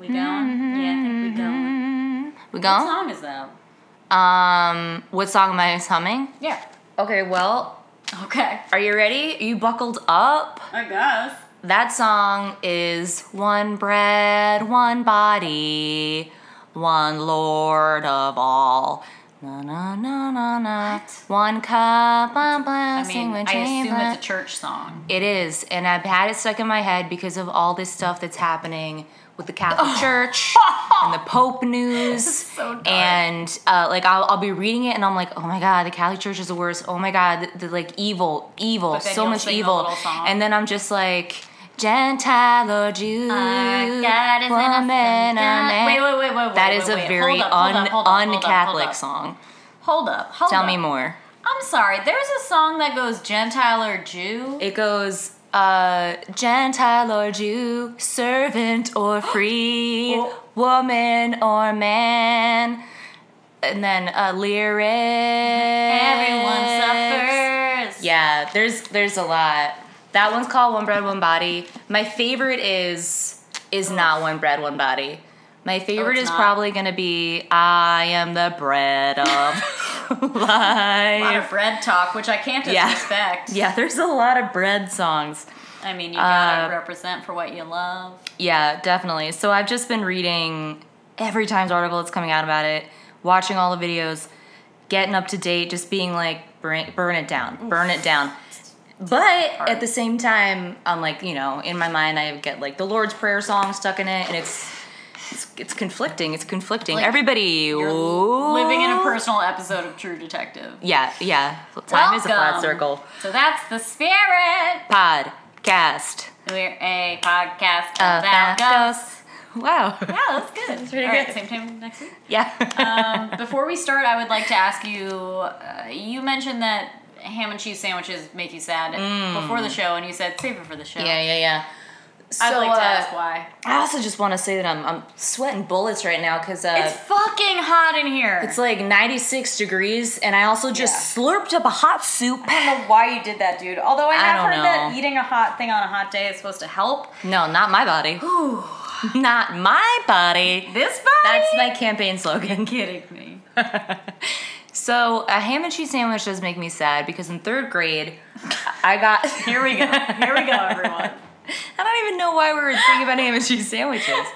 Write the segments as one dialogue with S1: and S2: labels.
S1: Mm-hmm.
S2: What
S1: gone.
S2: song is that?
S1: Um, what song am I humming?
S2: Yeah.
S1: Okay, well,
S2: Okay.
S1: are you ready? Are you buckled up?
S2: I guess.
S1: That song is One Bread, One Body, One Lord of All. Na na na na na. One cup, one
S2: I mean,
S1: blessing, one
S2: I assume
S1: chamber.
S2: it's a church song.
S1: It is, and I've had it stuck in my head because of all this stuff that's happening with the Catholic Church and the Pope news.
S2: Oh. so dark.
S1: And uh, like I'll, I'll be reading it, and I'm like, oh my god, the Catholic Church is the worst. Oh my god, the, the, like evil, evil,
S2: But then
S1: so
S2: you'll
S1: much
S2: sing the
S1: evil.
S2: little song.
S1: And then I'm just like, Gentile or Jew,
S2: Uh, God is an awesome
S1: woman or
S2: God.
S1: man.
S2: Wait, wait, wait, wait, wait.
S1: That is
S2: wait,
S1: a
S2: wait.
S1: very
S2: Hold up, hold up, hold up,
S1: un
S2: hold up, hold
S1: Catholic
S2: up.
S1: song.
S2: Hold up. Hold
S1: Tell
S2: up.
S1: me more.
S2: I'm sorry. There's a song that goes Gentile or Jew.
S1: It goes, uh, Gentile or Jew, servant or free,
S2: Oh.
S1: woman or man. And then uh, a lyric.
S2: Mm-hmm. Everyone suffers.
S1: Yeah, there's there's a lot. That one's called One Bread One Body. My favorite is is not One Bread One Body. My favorite
S2: Oh, it's
S1: is
S2: not?
S1: probably gonna be I am the bread of
S2: A lot
S1: life.
S2: of bread talk, which I can't
S1: Yeah.
S2: disrespect.
S1: Yeah, there's a lot of bread songs.
S2: I mean, you gotta
S1: Uh,
S2: represent for what you love.
S1: Yeah, definitely. So I've just been reading every Times article that's coming out about it, watching all the videos, getting up to date, just being like, burn, burn it down, burn it down. But at the same time, I'm like, you know, in my mind, I get like the Lord's Prayer song stuck in it, and it's it's, it's conflicting. It's conflicting.
S2: Like,
S1: Everybody,
S2: You're living in a
S1: ooh.
S2: personal episode of True Detective.
S1: Yeah, yeah. Time is a flat
S2: Welcome.
S1: circle.
S2: So that's the spirit.
S1: Podcast.
S2: We're a podcast
S1: About
S2: about us.
S1: Wow.
S2: Yeah, that's good. That's
S1: pretty good.
S2: same time next week.
S1: Yeah.
S2: Um, before we start, I would like to ask you. Uh, you mentioned that ham and cheese sandwiches make you sad before the show, and you said save it for the show.
S1: Mm. yeah, yeah, yeah. So,
S2: I'd like to
S1: uh,
S2: ask why.
S1: I also just want to say that I'm, I'm sweating bullets right now because uh,
S2: It's
S1: it's,
S2: fucking hot in here.
S1: like 96 degrees, and I also just slurped up a hot soup.
S2: don't know why you did that, dude. Although I have
S1: don't
S2: heard that
S1: know.
S2: eating a hot thing on a hot day is supposed to help.
S1: No, not my body. not my body.
S2: This body?
S1: That's my campaign slogan.
S2: kidding me.
S1: So a ham and cheese sandwich does make me sad because in third grade, I got.
S2: Here we go. Here we go, everyone.
S1: I don't even know why we were thinking about ham and cheese sandwiches.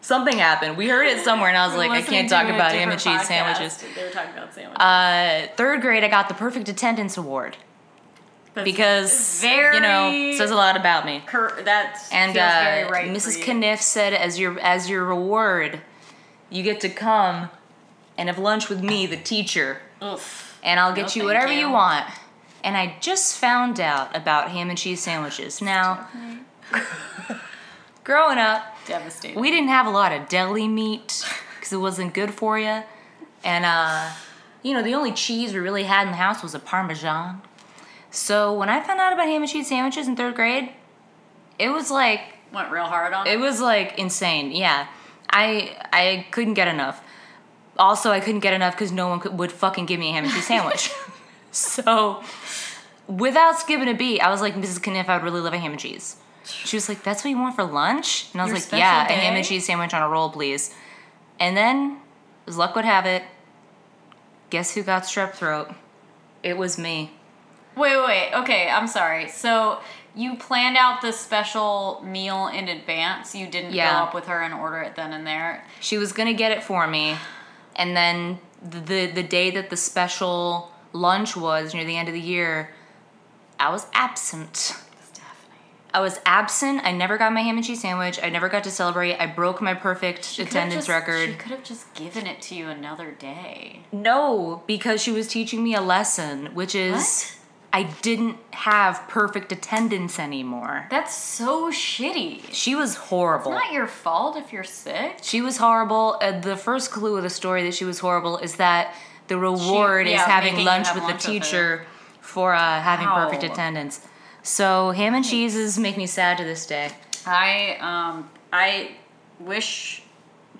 S1: Something happened. We heard it somewhere, and I was like, I
S2: Listening
S1: can't
S2: to
S1: talk
S2: a
S1: about ham and
S2: different
S1: cheese
S2: podcast,
S1: sandwiches.
S2: They were talking about sandwiches.
S1: Uh, third grade, I got the perfect attendance award.
S2: That's
S1: because
S2: very
S1: you know says a lot about me.
S2: cur- that
S1: And
S2: feels
S1: uh,
S2: very right
S1: Mrs.
S2: for you.
S1: Kniff said, as your as your reward, you get to come and have lunch with me, the teacher,
S2: Oof.
S1: and I'll get
S2: No,
S1: you
S2: thank
S1: whatever you.
S2: you.
S1: want. And I just found out about ham and cheese sandwiches. Now, growing up,
S2: Devastating.
S1: we didn't have a lot of deli meat because it wasn't good for you, and uh, you know the only cheese we really had in the house was a parmesan. So when I found out about ham and cheese sandwiches in third grade, it was like
S2: went real hard on
S1: it was like insane. Yeah, I I couldn't get enough. Also, I couldn't get enough because no one could, would fucking give me a ham and cheese sandwich. so, without skipping a beat, I was like, Mrs. Kniff, I would really love a ham and cheese. She was like, "That's what you want for lunch?" And I was
S2: Your
S1: like, "Yeah,
S2: special
S1: a ham and
S2: day?
S1: cheese sandwich on a roll, please." And then, as luck would have it, guess who got strep throat? It was me.
S2: Wait, wait, wait. Okay, I'm sorry. So you planned out the special meal in advance. You didn't
S1: Yeah.
S2: go up with her and order it then and there.
S1: She was gonna get it for me, and then the the, the day that the special lunch was near the end of the year, I was absent.
S2: Stephanie.
S1: I was absent. I never got my ham and cheese sandwich. I never got to celebrate. I broke my perfect attendance record.
S2: She could have just given it to you another day.
S1: No, because she was teaching me a lesson, which is I didn't have perfect attendance anymore.
S2: That's so shitty. It's
S1: She was horrible.
S2: not your fault if you're sick.
S1: She was horrible. Uh, the first clue of the story that she was horrible is that the reward
S2: She-
S1: is
S2: yeah,
S1: having
S2: making
S1: lunch
S2: you have
S1: with
S2: lunch
S1: the
S2: with her.
S1: teacher for uh, having perfect
S2: Wow.
S1: attendance. So ham and cheeses make me sad to this day.
S2: I um I wish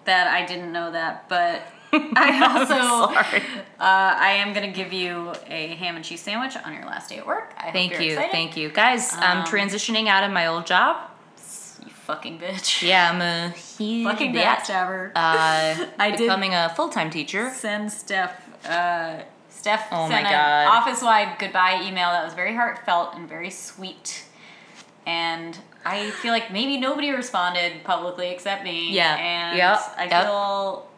S2: that I didn't know that, but I also
S1: Sorry.
S2: Uh, I am gonna give you a ham and cheese sandwich on your last day at work. I hope
S1: Thank
S2: you're Um,
S1: you,
S2: excited.
S1: thank you, guys. I'm transitioning out of my old job.
S2: fucking bitch.
S1: Yeah, I'm a huge
S2: Fucking
S1: bitch.
S2: backstabber.
S1: Uh,
S2: I did-
S1: becoming a full time teacher.
S2: send Steph. Uh, Steph
S1: Oh my
S2: sent an
S1: God.
S2: office-wide goodbye email that was very heartfelt and very sweet, and I feel like maybe nobody responded publicly except me.
S1: Yeah.
S2: and
S1: Yep.
S2: I
S1: Yep.
S2: feel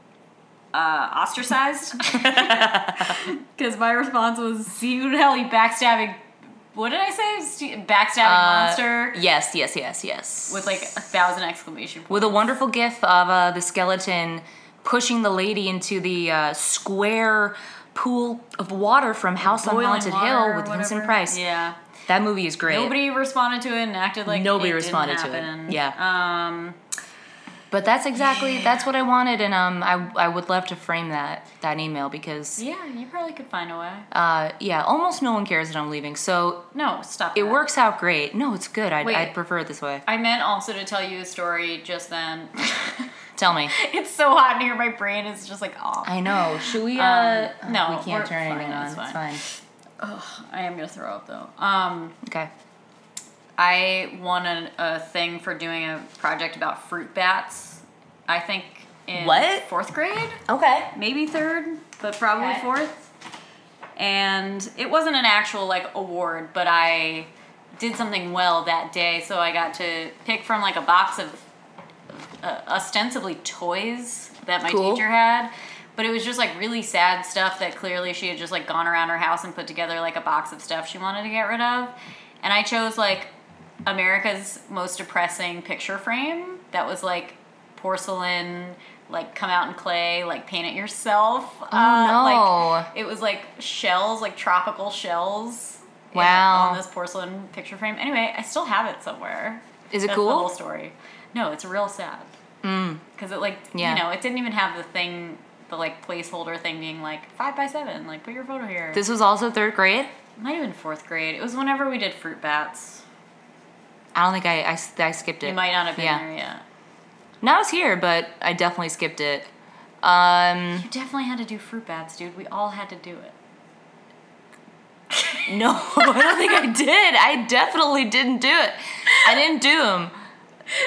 S2: uh, ostracized because my response was "See you in hell, you backstabbing." What did I say? Stu- Backstabbing
S1: Uh,
S2: monster
S1: Yes, yes, yes, yes.
S2: with like a thousand exclamation points.
S1: with a wonderful gif of uh, the skeleton pushing the lady into the uh, square pool of water from House on
S2: Boiling
S1: Haunted
S2: water
S1: Hill
S2: or
S1: with Vincent
S2: whatever.
S1: Price.
S2: Yeah.
S1: That movie is great.
S2: Nobody responded to it and acted like
S1: Nobody
S2: it
S1: responded to
S2: didn't happen.
S1: it. Yeah.
S2: Um,
S1: but that's exactly that's what I wanted, and um, I I would love to frame that that email because
S2: yeah, you probably could find a way.
S1: uh, yeah, almost no one cares that I'm leaving, so
S2: No, stop.
S1: it
S2: that.
S1: works out great. No, it's good. I'd,
S2: Wait.
S1: I'd prefer it this way.
S2: I meant also to tell you a story just then.
S1: Tell me.
S2: it's so hot in here. My brain is just like off. I,
S1: I know. Should we? Uh,
S2: Um, no,
S1: we
S2: we're
S1: can't turn anything
S2: fine,
S1: on.
S2: it's
S1: It's fine.
S2: fine. am gonna throw up though. Um,
S1: Okay.
S2: I won a, a thing for doing a project about fruit bats. I think in
S1: What?
S2: fourth grade.
S1: Okay.
S2: maybe third, but probably
S1: Okay.
S2: fourth. And it wasn't an actual like award, but I did something well that day, so I got to pick from like a box of uh, ostensibly toys that my
S1: Cool.
S2: teacher had. But it was just like really sad stuff that clearly she had just like gone around her house and put together like a box of stuff she wanted to get rid of. And I chose like America's most depressing picture frame that was like porcelain, like come out in clay, like paint it yourself. Oh
S1: no.
S2: Like, it was like shells, like tropical shells. in-
S1: Wow.
S2: on this porcelain picture frame. Anyway, I still have it somewhere.
S1: Is it
S2: That's The
S1: cool? Mm.
S2: whole story. No, it's real sad. Because it like
S1: Yeah.
S2: you know it didn't even have the thing, the like placeholder thing being like five by seven, like put your photo here.
S1: This was also third grade.
S2: might have been fourth grade. It was whenever we did fruit bats.
S1: I don't think I, I, s- I skipped it.
S2: You might not have been
S1: Yeah.
S2: there yet.
S1: No, I was here, but I definitely skipped it. Um,
S2: You definitely had to do fruit bats, dude. We all had to do it.
S1: no, I don't think I did. I definitely didn't do it. I didn't do them.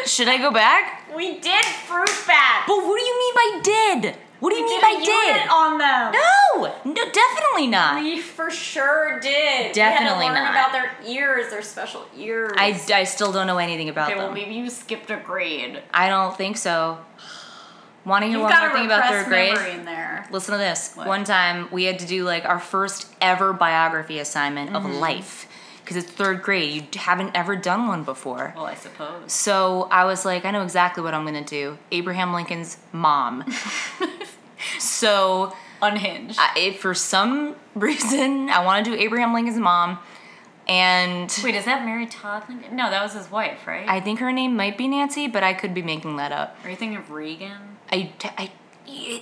S1: Should I go back?
S2: We did fruit bats.
S1: But what do you mean by did? What do you mean by did?
S2: on them.
S1: No, no, definitely not.
S2: We for sure did.
S1: Definitely
S2: we had to learn
S1: not.
S2: about their ears, their special ears.
S1: I, I still don't know anything about
S2: okay, well
S1: them.
S2: maybe you skipped a grade.
S1: I don't think so. Want to hear
S2: You've
S1: one
S2: got
S1: more
S2: a
S1: thing about
S2: repressed
S1: third grade?
S2: memory in there.
S1: Listen to this.
S2: What?
S1: One time we had to do like our first ever biography assignment
S2: Mm-hmm.
S1: of life because it's third grade. You haven't ever done one before.
S2: Well, I suppose.
S1: So I was like, I know exactly what I'm gonna do. Abraham Lincoln's mom. so
S2: Unhinged.
S1: I, if for some reason I want to do Abraham Lincoln's mom, and
S2: Wait, is that Mary Todd Lincoln? No, that was his wife, right?
S1: I think her name might be Nancy, but I could be making that up.
S2: Are you thinking of Reagan?
S1: I I,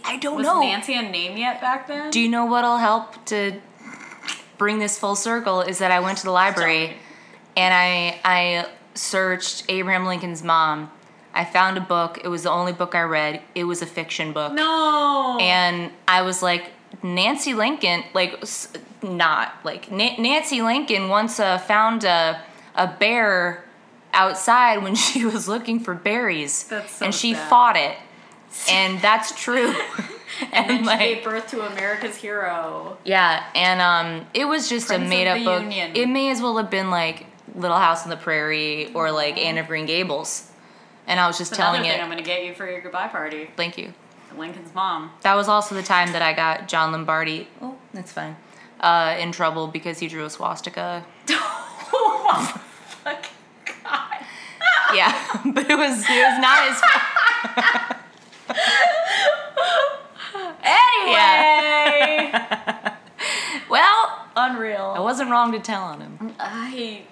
S1: I don't
S2: Was
S1: know.
S2: Nancy a name yet back then?
S1: Do you know what'll help to bring this full circle is that I went to the library and I I searched Abraham Lincoln's mom. I found a book. It was the only book I read. It was a fiction book.
S2: no.
S1: And I was like Nancy Lincoln, like s- not like Na- Nancy Lincoln once uh, found a a bear outside when she was looking for berries
S2: That's so
S1: and she
S2: sad.
S1: fought it. And that's true.
S2: and then she gave birth to America's hero.
S1: Yeah, and um, it was just
S2: Prince
S1: a
S2: of
S1: made up
S2: the
S1: book.
S2: Union.
S1: It may as well have been like Little House on the Prairie or like Anne of Green Gables, and I was
S2: Mm-hmm.
S1: just
S2: It's
S1: telling
S2: another
S1: it.
S2: thing I'm gonna get you for your goodbye party.
S1: Thank you.
S2: Lincoln's mom.
S1: That was also the time that I got John Lombardi. Oh, that's fine. Uh, in trouble because he drew a swastika.
S2: oh my fucking god.
S1: Yeah, but it was it was not his. fault.
S2: Anyway,
S1: Well, I
S2: unreal.
S1: wasn't wrong to tell on him.
S2: I.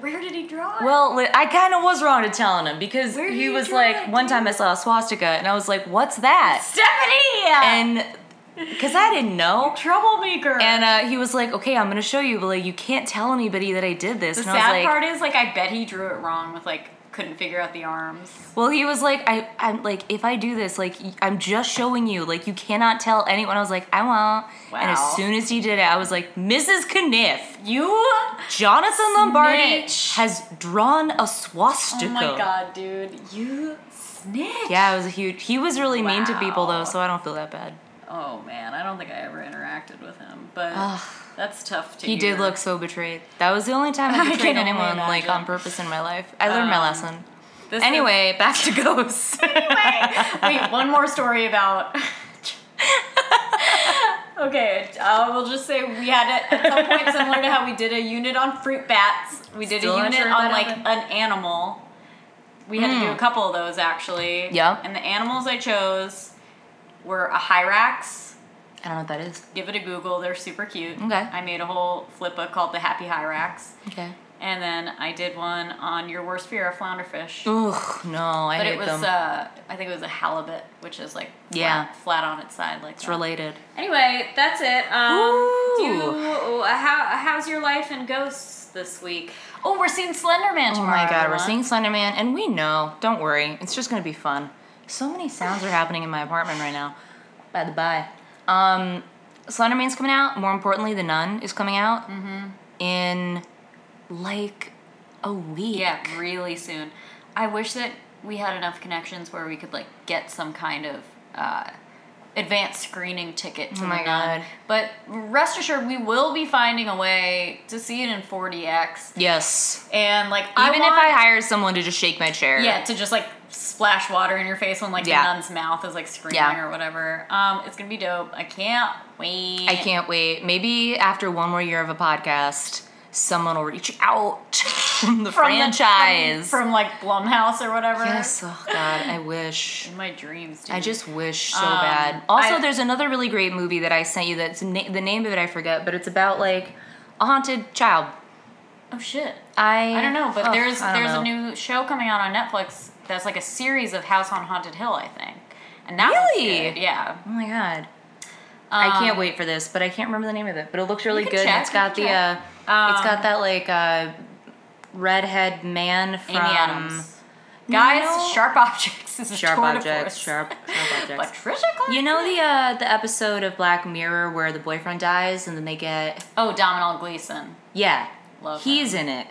S2: Where did he draw? it?
S1: Well, li- I kind of was wrong to tell on him because
S2: Where did
S1: he
S2: you
S1: was
S2: draw
S1: like
S2: it,
S1: one time I saw a swastika and I was like, "What's that?"
S2: Stephanie.
S1: And because I didn't know.
S2: troublemaker.
S1: And uh, he was like, "Okay, I'm gonna show you, but like, you can't tell anybody that I did this."
S2: the
S1: and
S2: sad
S1: I was like,
S2: part is, like, I bet he drew it wrong with like couldn't figure out the arms.
S1: Well, he was like, I, I'm like, if I do this, like, y- I'm just showing you, like, you cannot tell anyone. I was like, I won't. And
S2: Wow.
S1: as soon as he did it, I was like, Mrs. Kniff,
S2: You?
S1: Jonathan Lombardi
S2: Snitch.
S1: has drawn a swastika.
S2: Oh my god, dude. You snitch.
S1: Yeah, it was a huge. He was really mean to people though,
S2: Wow.
S1: so I don't feel that bad.
S2: Oh man, I don't think I ever interacted with him, but that's tough to
S1: He did
S2: hear.
S1: look so betrayed. That was the only time
S2: I
S1: I betrayed
S2: can only
S1: anyone like
S2: imagine.
S1: on purpose in my life. I learned my
S2: Um,
S1: lesson.
S2: This is-
S1: Anyway, back to ghosts.
S2: Wait, one more story about. okay, uh, we'll just say we had it at some point similar to how we did a unit on fruit bats. We did
S1: Still
S2: a
S1: not
S2: unit
S1: sure
S2: on
S1: about
S2: like
S1: oven.
S2: an animal. We had
S1: Hmm.
S2: to do a couple of those actually.
S1: Yeah.
S2: And the animals I chose were a hyrax.
S1: I don't know what that is.
S2: Give it a Google. They're super cute.
S1: Okay.
S2: I made a whole flipbook called the Happy Hyrax,
S1: Okay.
S2: and then I did one on your worst fear of flounderfish.
S1: Ugh, no, I
S2: But
S1: hate
S2: it was,
S1: them.
S2: uh, I think it was a halibut, which is like flat,
S1: Yeah.
S2: flat on its side, like
S1: it's
S2: that.
S1: related.
S2: Anyway, that's it. Um,
S1: Ooh.
S2: do uh, how how's your life in ghosts this week? Oh, we're seeing Slenderman tomorrow.
S1: Oh my god, we're
S2: everyone.
S1: seeing Slender Man, and we know. Don't worry, it's just gonna be fun. So many sounds are happening in my apartment right now. By the by, um, Slender Man's coming out. More importantly, The Nun is coming out
S2: Mm-hmm.
S1: in like a week.
S2: Yeah, really soon. I wish that we had enough connections where we could like get some kind of uh, advanced screening ticket to
S1: Oh my
S2: the Nun.
S1: God.
S2: But rest assured, we will be finding a way to see it in 40x.
S1: Yes.
S2: And like, even
S1: Even if I hire someone to just shake my chair.
S2: yeah, to just like splash water in your face when like
S1: Yeah.
S2: the nun's mouth is like screaming
S1: Yeah.
S2: or whatever. Um, it's gonna be dope. I can't wait.
S1: I can't wait. Maybe after one more year of a podcast, someone will reach out from the
S2: From the-
S1: franchise.
S2: from, from like Blumhouse or whatever.
S1: yes. Oh God, I wish.
S2: in my dreams. Dude.
S1: I just wish so
S2: Um,
S1: bad. Also,
S2: I-
S1: there's another really great movie that I sent you. That's na- the name of it I forget, but it's about like a haunted child.
S2: oh shit.
S1: I
S2: I don't know, but
S1: Ugh,
S2: there's
S1: I don't
S2: there's
S1: know.
S2: a new show coming out on Netflix that's like a series of House on Haunted Hill, I think. And that one's
S1: Really?
S2: good, yeah.
S1: Oh my god, I can't
S2: Um,
S1: wait for this, but I can't remember the name of it. But it looks really
S2: can
S1: good. and
S2: check,
S1: it's
S2: you
S1: got
S2: can
S1: the uh,
S2: check.
S1: it's
S2: Um,
S1: got that like uh, redhead man from
S2: Amy Adams. Guys,
S1: No.
S2: Sharp Objects is a
S1: Sharp
S2: tour de
S1: Objects,
S2: force.
S1: Sharp- Sharp Objects.
S2: Patricia Clarkson.
S1: You know the uh, the episode of Black Mirror where the boyfriend dies and then they get
S2: oh Domhnall Gleeson.
S1: yeah,
S2: Love
S1: he's in it.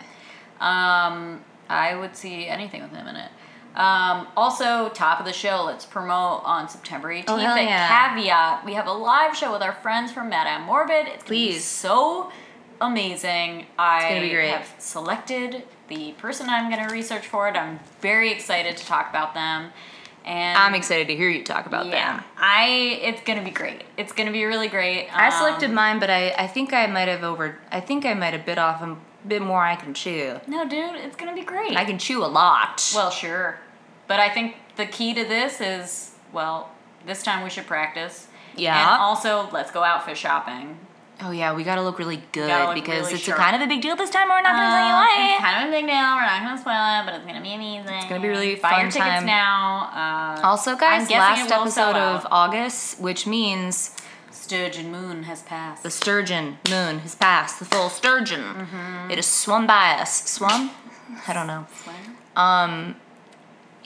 S2: Um, I would see anything with him in it. Um, also, top of the show, let's promote on September 18th
S1: Oh, hell
S2: at
S1: yeah.
S2: Caveat. We have a live show with our friends from Madame Morbid. It's gonna be
S1: Please.
S2: so amazing. I
S1: gonna be great.
S2: have selected the person I'm going to research for it. I'm very excited to talk about them. And
S1: I'm excited to hear you talk about
S2: Yeah,
S1: that.
S2: I it's gonna be great. It's gonna be really great.
S1: I
S2: Um,
S1: selected mine, but I, I think I might have over. I think I might have bit off a bit more. I can chew.
S2: no, dude, it's gonna be great.
S1: I can chew a lot.
S2: Well, sure. But I think the key to this is, well, this time we should practice.
S1: Yeah.
S2: And also, let's go outfit shopping.
S1: oh yeah, we gotta look really good
S2: Gotta look
S1: because
S2: really
S1: it's
S2: sharp.
S1: a kind of a big deal this time. We're not gonna tell you
S2: Um,
S1: why.
S2: it's kind of a big deal. We're not going to spoil it, but it's going to be amazing. It's
S1: gonna be really
S2: Buy
S1: fun
S2: your tickets
S1: time.
S2: now. Uh,
S1: also, guys,
S2: guessing
S1: last
S2: it will sell
S1: episode of
S2: out.
S1: August, which means
S2: Sturgeon Moon has passed.
S1: the sturgeon moon has passed. The full sturgeon.
S2: Mm-hmm.
S1: It has swum by us. Swum? I don't know.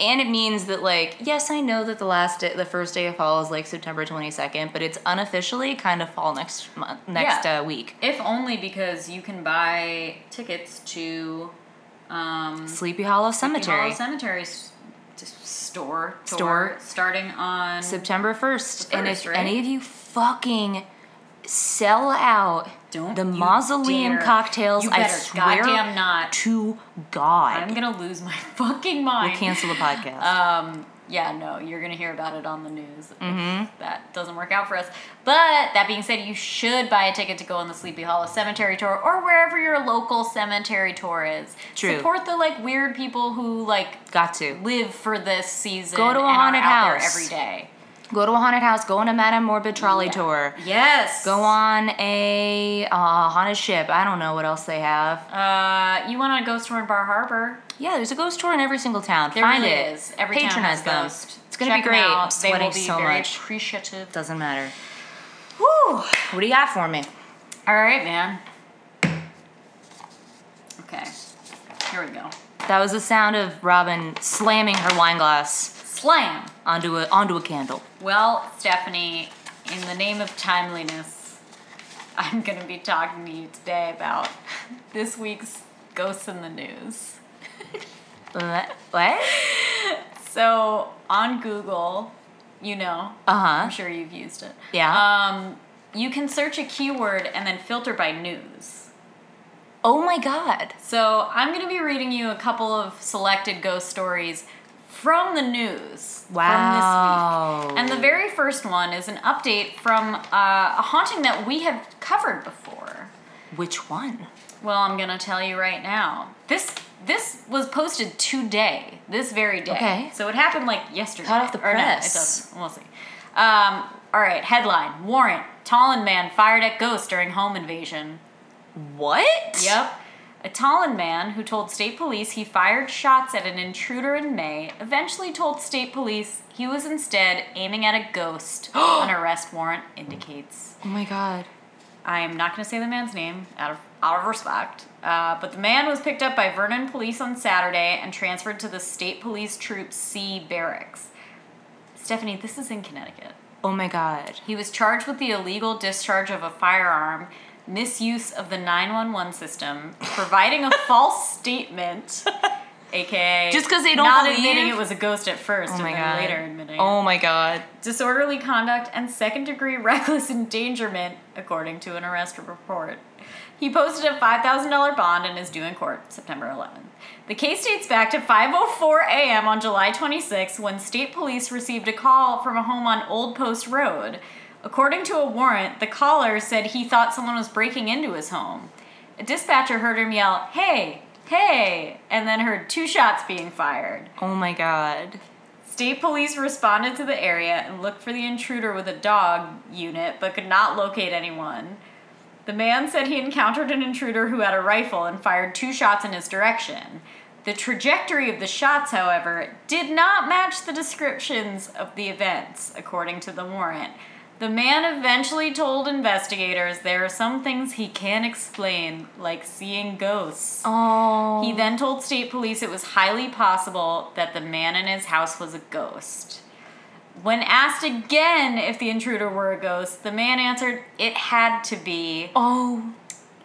S1: and it means that like yes i know that the last day the first day of fall is like september 22nd but it's unofficially kind of fall next month next
S2: Yeah.
S1: uh, week
S2: if only because you can buy tickets to um,
S1: sleepy hollow
S2: the
S1: cemetery
S2: Hollow Cemetery s- t- store tour
S1: Store.
S2: starting on
S1: september 1st and if
S2: first, right?
S1: any of you fucking sell out
S2: Don't
S1: the
S2: you
S1: mausoleum
S2: dare.
S1: cocktails
S2: You
S1: i
S2: better
S1: swear
S2: goddamn not.
S1: to god
S2: I'm gonna lose my fucking mind.
S1: we'll cancel the podcast
S2: Um, yeah, no, you're gonna hear about it on the news. if
S1: Mm-hmm.
S2: That doesn't work out for us. But that being said, you should buy a ticket to go on the Sleepy Hollow Cemetery tour or wherever your local cemetery tour is.
S1: True.
S2: Support the like weird people who like
S1: got to
S2: live for this season.
S1: Go to a
S2: and are
S1: haunted
S2: out there
S1: house.
S2: every day.
S1: go to a haunted house go on a madame morbid trolley
S2: Yeah.
S1: tour
S2: Yes.
S1: go on a uh, haunted ship i don't know what else they have
S2: Uh, you went on a ghost tour in Bar Harbor.
S1: Yeah, there's a ghost tour in every single town.
S2: There
S1: Find
S2: really
S1: it.
S2: is. Every town
S1: Patronize
S2: has
S1: them.
S2: ghost.
S1: It's gonna
S2: Check
S1: be
S2: them
S1: great.
S2: out.
S1: I'm
S2: They
S1: sweating
S2: will be
S1: so
S2: very
S1: much.
S2: appreciative.
S1: Doesn't matter.
S2: Woo!
S1: What do you got for me?
S2: All right, man. Okay. Here we go.
S1: That was the sound of Robin slamming her wine glass
S2: Slam.
S1: onto a onto a candle.
S2: Well, Stephanie, in the name of timeliness, I'm going to be talking to you today about this week's Ghosts in the News.
S1: What? Uh
S2: So on Google, you know,
S1: huh.
S2: I'm sure you've used it.
S1: Yeah.
S2: Um, you can search a keyword and then filter by news.
S1: oh my god.
S2: So I'm going to be reading you a couple of selected ghost stories from the news
S1: Wow.
S2: from this week. And the very first one is an update from uh, a haunting that we have covered before.
S1: Which one?
S2: Well, I'm going to tell you right now. This this was posted today, this very day.
S1: Okay.
S2: So it happened like yesterday.
S1: Hot off the
S2: Or no, it
S1: press.
S2: doesn't. we'll see. Um, all right, headline. Warrant. Tallinn man fired at ghost during home invasion.
S1: What?
S2: Yep. A Tallinn man who told state police he fired shots at an intruder in May eventually told state police he was instead aiming at a ghost, an arrest warrant indicates.
S1: Oh my god.
S2: I am not going to say the man's name out of out of respect. Uh, but the man was picked up by Vernon police on Saturday and transferred to the state police troop C barracks. Stephanie, this is in Connecticut.
S1: Oh my god.
S2: He was charged with the illegal discharge of a firearm, misuse of the 911 system, providing a false statement, aka
S1: Just 'cause they don't
S2: not
S1: believe?
S2: admitting it was a ghost at first,
S1: Oh
S2: and
S1: my
S2: then
S1: god.
S2: later admitting it.
S1: Oh my god.
S2: disorderly conduct and second degree reckless endangerment, according to an arrest report. He posted a $5,000 bond and is due in court September 11th. The case dates back to 5:04 a.m. on July 26 when state police received a call from a home on Old Post Road. According to a warrant, the caller said he thought someone was breaking into his home. A dispatcher heard him yell, "Hey, hey!" and then heard two shots being fired.
S1: Oh my god.
S2: State police responded to the area and looked for the intruder with a dog unit, but could not locate anyone. The man said he encountered an intruder who had a rifle and fired two shots in his direction. The trajectory of the shots, however, did not match the descriptions of the events, according to the warrant. The man eventually told investigators there are some things he can explain, like seeing ghosts.
S1: Oh.
S2: He then told state police it was highly possible that the man in his house was a ghost. When asked again if the intruder were a ghost, the man answered, It had to be.
S1: oh.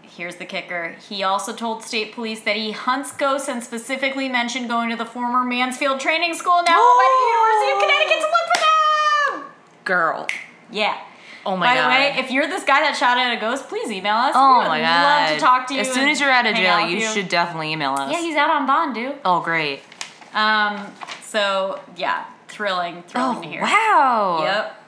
S2: Here's the kicker. He also told state police that he hunts ghosts and specifically mentioned going to the former Mansfield Training School, now owned by the
S1: Oh.
S2: University of Connecticut, to look for them!
S1: Girl.
S2: Yeah.
S1: Oh my
S2: By
S1: god.
S2: the way, if you're this guy that shot at a ghost, please email us.
S1: oh
S2: we would
S1: my
S2: love
S1: god.
S2: to talk to you.
S1: As soon
S2: and
S1: as you're out of
S2: hang
S1: jail,
S2: with
S1: you should definitely email us.
S2: Yeah, he's out on bond, dude.
S1: oh great.
S2: Um. So yeah, thrilling, thrilling
S1: Oh
S2: to hear.
S1: wow.
S2: Yep.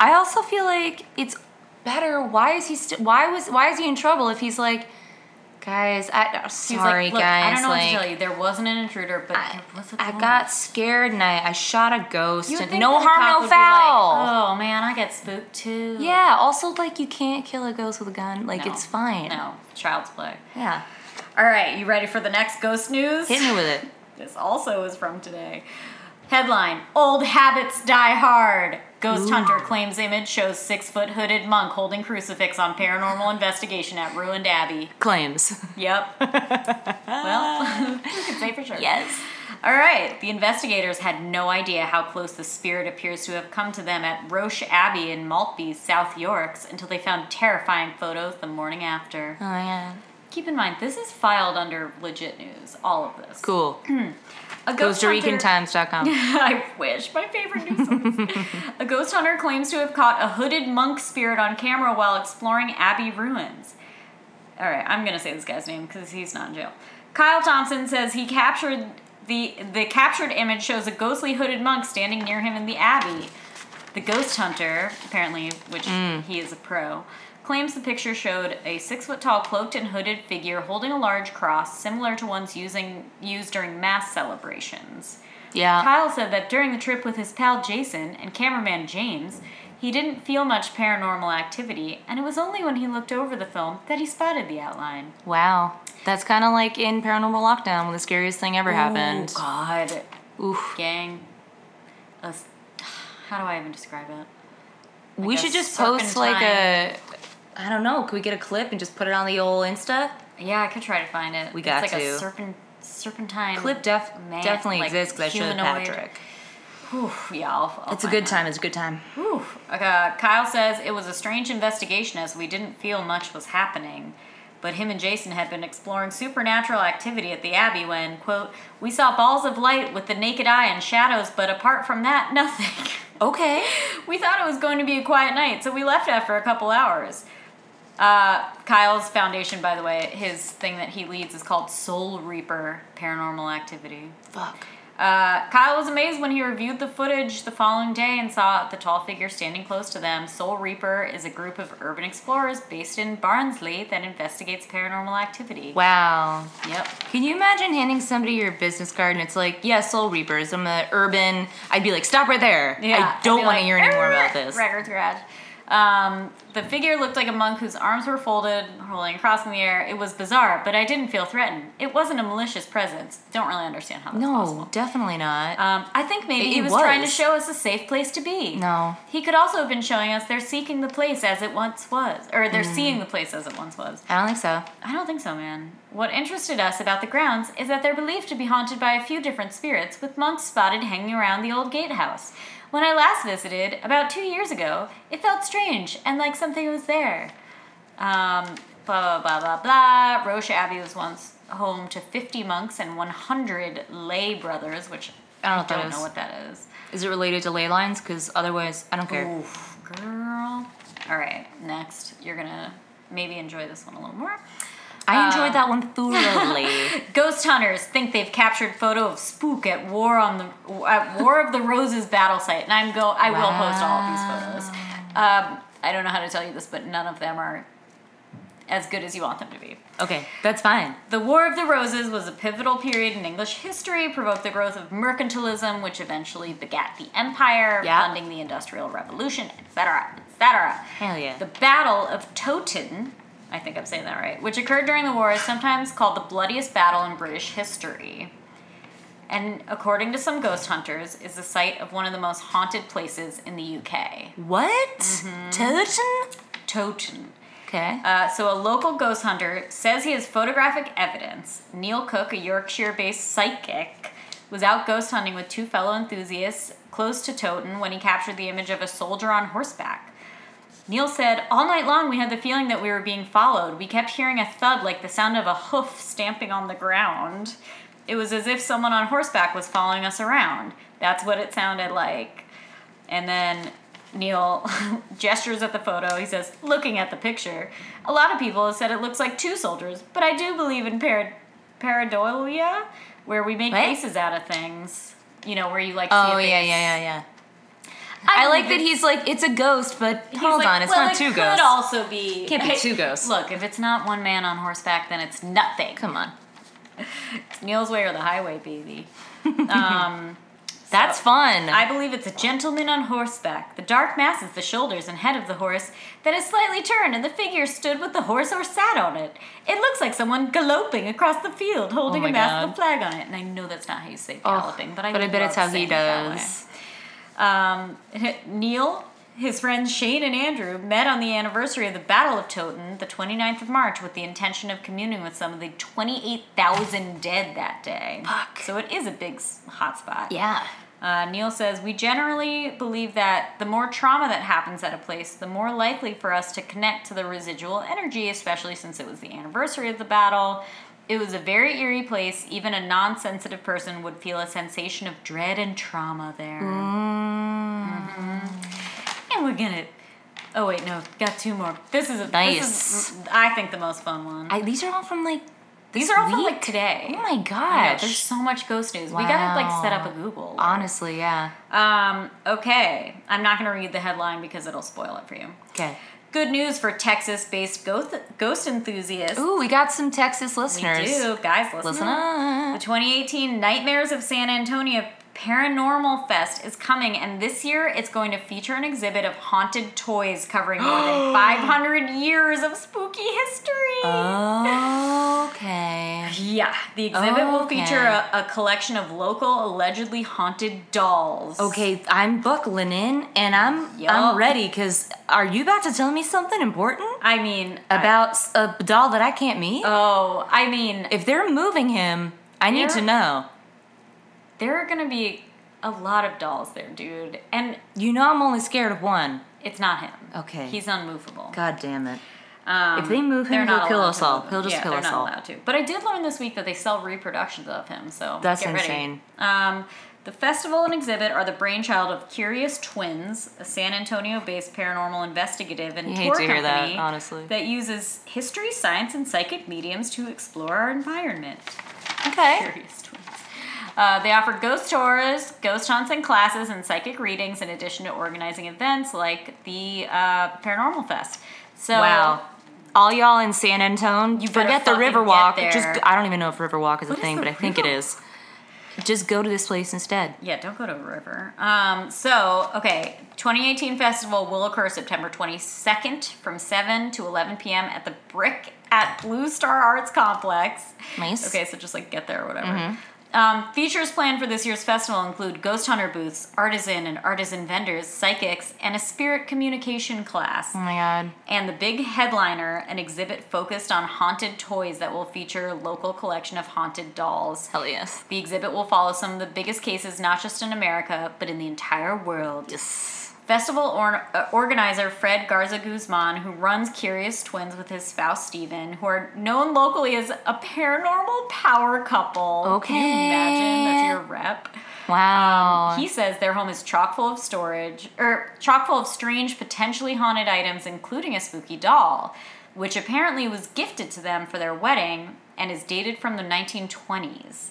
S1: I also feel like it's better. Why is he? St- why was? Why is he in trouble if he's like, guys? I oh,
S2: He was
S1: sorry,
S2: like, Look,
S1: guys.
S2: I don't know
S1: like,
S2: what to tell you. There wasn't an intruder, but
S1: I,
S2: there was a
S1: I
S2: woman."
S1: got scared and I, I shot a ghost.
S2: You'd
S1: and
S2: think
S1: no
S2: that a cop
S1: harm,
S2: would
S1: no
S2: be like,
S1: foul.
S2: oh man, I get spooked too.
S1: yeah. Also, like you can't kill a ghost with a gun. Like
S2: No.
S1: it's fine.
S2: No, child's play.
S1: Yeah.
S2: All right, you ready for the next ghost news?
S1: Hit me with it.
S2: This also is from today. Headline: Old habits die hard. Ghost hunter claims image shows six foot hooded monk holding crucifix on paranormal investigation at ruined abbey.
S1: Claims.
S2: Yep. well, you can say for sure.
S1: Yes.
S2: All right. The investigators had no idea how close the spirit appears to have come to them at Roche Abbey in Maltby, South Yorks, until they found terrifying photos the morning after.
S1: Oh yeah.
S2: Keep in mind, this is filed under legit news. All of this.
S1: Cool.
S2: A ghost
S1: Costa Rican
S2: hunter-
S1: Times.com.
S2: I wish. My favorite news. source. a ghost hunter claims to have caught a hooded monk spirit on camera while exploring abbey ruins. All right, I'm gonna say this guy's name because he's not in jail. Kyle Thompson says he captured the the captured image shows a ghostly hooded monk standing near him in the abbey. The ghost hunter, apparently, which he is a pro, claims the picture showed a six foot tall cloaked and hooded figure holding a large cross similar to ones using used during mass celebrations.
S1: Yeah.
S2: Kyle said that during the trip with his pal Jason and cameraman James, he didn't feel much paranormal activity, and it was only when he looked over the film that he spotted the outline.
S1: Wow. That's kind of like in Paranormal Lockdown when the scariest thing ever happened.
S2: Oh, God.
S1: Oof.
S2: Gang. A s- How do I even describe it?
S1: we
S2: a
S1: should just post like a.
S2: serpentine.
S1: I don't know. Could we get a clip and just put it on the old Insta?
S2: Yeah, I could try to find it.
S1: We
S2: It's
S1: got
S2: like
S1: to.
S2: a serpent, serpentine
S1: Clip def-
S2: man-
S1: definitely
S2: like,
S1: exists because I showed
S2: humanoid.
S1: Patrick.
S2: Whew, yeah, I'll, I'll
S1: It's a
S2: find
S1: good
S2: that.
S1: time. It's a good time.
S2: Whew. Uh, Kyle says it was a strange investigation as we didn't feel much was happening. But him and Jason had been exploring supernatural activity at the Abbey when, quote, we saw balls of light with the naked eye and shadows, but apart from that, nothing.
S1: Okay.
S2: we thought it was going to be a quiet night, so we left after a couple hours. Uh, Kyle's foundation, by the way, his thing that he leads is called Soul Reaper Paranormal Activity.
S1: Fuck.
S2: Uh, Kyle was amazed when he reviewed the footage the following day and saw the tall figure standing close to them. Soul Reaper is a group of urban explorers based in Barnsley that investigates paranormal activity.
S1: Wow.
S2: Yep.
S1: Can you imagine handing somebody your business card and it's like, yeah, Soul Reapers, I'm an urban. I'd be like, stop right there. I don't
S2: I'd be
S1: want to
S2: like,
S1: hear any more
S2: "Arr!"
S1: about this.
S2: Records garage. Um, the figure looked like a monk whose arms were folded, holding a cross in the air. It was bizarre, but I didn't feel threatened. It wasn't a malicious presence. Don't really understand how that's
S1: No,
S2: possible.
S1: definitely not.
S2: Um, I think maybe
S1: It-
S2: he
S1: it
S2: was, trying to
S1: was.
S2: show us a safe place to be.
S1: No.
S2: He could also have been showing us they're seeking the place as it once was, or
S1: Mm.
S2: they're seeing the place as it once was.
S1: I don't think so.
S2: I don't think so, man. What interested us about the grounds is that they're believed to be haunted by a few different spirits, with monks spotted hanging around the old gatehouse. When I last visited, about two years ago, it felt strange and like something was there. Um, blah, blah, blah, blah, blah. Roche Abbey was once home to 50 monks and 100 lay brothers, which
S1: I
S2: I
S1: don't know
S2: don't
S1: what that
S2: know
S1: is.
S2: what that is.
S1: Is it related to ley lines? Because otherwise, I don't care.
S2: Oof, girl. All right, next. You're gonna maybe enjoy this one a little more.
S1: I enjoyed
S2: uh.
S1: that one thoroughly.
S2: Ghost hunters think they've captured photo of spook at war on the at War of the Roses battle site, and I'm go. I will post all of these photos. Um, I don't know how to tell you this, but none of them are as good as you want them to be.
S1: okay, that's fine.
S2: The War of the Roses was a pivotal period in English history, provoked the growth of mercantilism, which eventually begat the empire,
S1: Yeah.
S2: funding the Industrial Revolution, etc., etc.
S1: Hell yeah.
S2: The Battle of Totten, I think I'm saying that right, which occurred during the war, is sometimes called the bloodiest battle in British history. And according to some ghost hunters, is the site of one of the most haunted places in the UK.
S1: what? Totem?
S2: Totten.
S1: Okay.
S2: Mm-hmm. Uh, so, a local ghost hunter says he has photographic evidence. Neil Cook, a Yorkshire based psychic, was out ghost hunting with two fellow enthusiasts close to Toten when he captured the image of a soldier on horseback. Neil said, All night long we had the feeling that we were being followed. We kept hearing a thud like the sound of a hoof stamping on the ground. It was as if someone on horseback was following us around. That's what it sounded like. And then Neil gestures at the photo. He says, looking at the picture, a lot of people have said it looks like two soldiers, but I do believe in par- pareidolia, where we make
S1: What?
S2: faces out of things. You know, where you like see
S1: oh,
S2: a face.
S1: yeah, yeah, yeah, yeah. I, like that he's like, it's a ghost, but hold on, it's not two
S2: could
S1: ghosts.
S2: also be
S1: Can't be two ghosts.
S2: Look, if it's not one man on horseback, then it's nothing.
S1: Come on.
S2: Neil's way or the highway, baby.
S1: That's
S2: So-
S1: fun.
S2: I believe it's a gentleman on horseback. The dark mass is the shoulders and head of the horse that is slightly turned, and the figure stood with the horse or sat on it. It looks like someone galloping across the field, holding
S1: Oh my
S2: a mass with
S1: God.
S2: a flag on it. And I know that's not how you say
S1: Oh,
S2: galloping, but I
S1: but I bet
S2: love
S1: it's how he
S2: saying it that way.
S1: does.
S2: Um, Neil, his friends Shane and Andrew met on the anniversary of the Battle of Toten, the 29th of March, with the intention of communing with some of the 28,000 dead that day.
S1: Fuck.
S2: So it is a big s- hotspot.
S1: Yeah.
S2: Uh, Neil says, We generally believe that the more trauma that happens at a place, the more likely for us to connect to the residual energy, especially since it was the anniversary of the battle. It was a very eerie place. Even a non sensitive person would feel a sensation of dread and trauma there.
S1: Mm.
S2: Mhm. And we're gonna. Oh, wait, no, got two more. This is a. This
S1: Nice.
S2: is, I think, the most fun one.
S1: I, these are all from like.
S2: These
S1: this
S2: are all from
S1: week?
S2: like today.
S1: Oh my
S2: I know,
S1: gosh.
S2: there's so much ghost news. We gotta like set up a
S1: Wow.
S2: Google.
S1: Honestly, yeah.
S2: Um, okay. I'm not going to read the headline because it'll spoil it for you.
S1: Okay.
S2: Good news for Texas based ghost, ghost enthusiasts.
S1: Ooh, we got some Texas
S2: we
S1: listeners.
S2: do. Guys, listen,
S1: Listen
S2: up. The
S1: up.
S2: 2018 Nightmares of San Antonio Paranormal Fest is coming, and this year it's going to feature an exhibit of haunted toys covering more than 500 years of spooky history.
S1: Oh. Okay.
S2: Yeah, the exhibit will
S1: Okay.
S2: feature a, a collection of local allegedly haunted dolls.
S1: Okay, I'm buckling in and I'm
S2: Yup.
S1: I'm ready because are you about to tell me something important
S2: I mean, I- Uh,
S1: about s- a doll that I can't meet?
S2: oh, I mean,
S1: if they're moving him, I need
S2: There-
S1: to know.
S2: There are gonna be a lot of dolls there, dude, and
S1: You know I'm only scared of one.
S2: it's not him.
S1: Okay.
S2: he's unmovable.
S1: God damn it.
S2: Um,
S1: If they move him,
S2: they're
S1: he'll
S2: not
S1: kill
S2: allowed
S1: us
S2: to
S1: all.
S2: move him.
S1: He'll just
S2: yeah,
S1: kill
S2: they're
S1: us
S2: not
S1: all.
S2: allowed to. But I did learn this week that they sell reproductions of him, so
S1: That's
S2: get ready.
S1: insane.
S2: Um, the festival and exhibit are the brainchild of Curious Twins, a San Antonio-based paranormal investigative and
S1: You hate
S2: tour
S1: to hear that,
S2: company
S1: honestly.
S2: that uses history, science, and psychic mediums to explore our environment.
S1: Okay.
S2: Curious Twins. Uh, they offer ghost tours, ghost hunts, and classes, and psychic readings, in addition to organizing events like the uh, Paranormal Fest. So
S1: Wow. All y'all in San Antonio,
S2: You better
S1: forget the
S2: fucking
S1: Riverwalk.
S2: get
S1: Just
S2: there.
S1: I don't even know if Riverwalk is
S2: What is
S1: a thing,
S2: the
S1: but I think it
S2: Riverwalk?
S1: is. Just go to this place instead.
S2: Yeah, don't go to a river. Um, so, okay, 2018 festival will occur September 22nd from 7 to 11 p.m. at the Brick at Blue Star Arts Complex.
S1: Nice.
S2: Okay, so just like get there or whatever. Um, features planned for this year's festival include ghost hunter booths, artisan and artisan vendors, psychics, and a spirit communication class.
S1: Oh my god.
S2: And the big headliner, an exhibit focused on haunted toys that will feature local collection of haunted dolls.
S1: Hell yes.
S2: The exhibit will follow some of the biggest cases, not just in America, but in the entire world.
S1: Yes.
S2: Festival or- uh, organizer Fred Garza Guzman, who runs Curious Twins with his spouse Steven, who are known locally as a paranormal power couple. Can you imagine? That's your rep.
S1: Wow.
S2: He says their home is chock full of storage, or chock full of strange, potentially haunted items, including a spooky doll, which apparently was gifted to them for their wedding and is dated from the 1920s.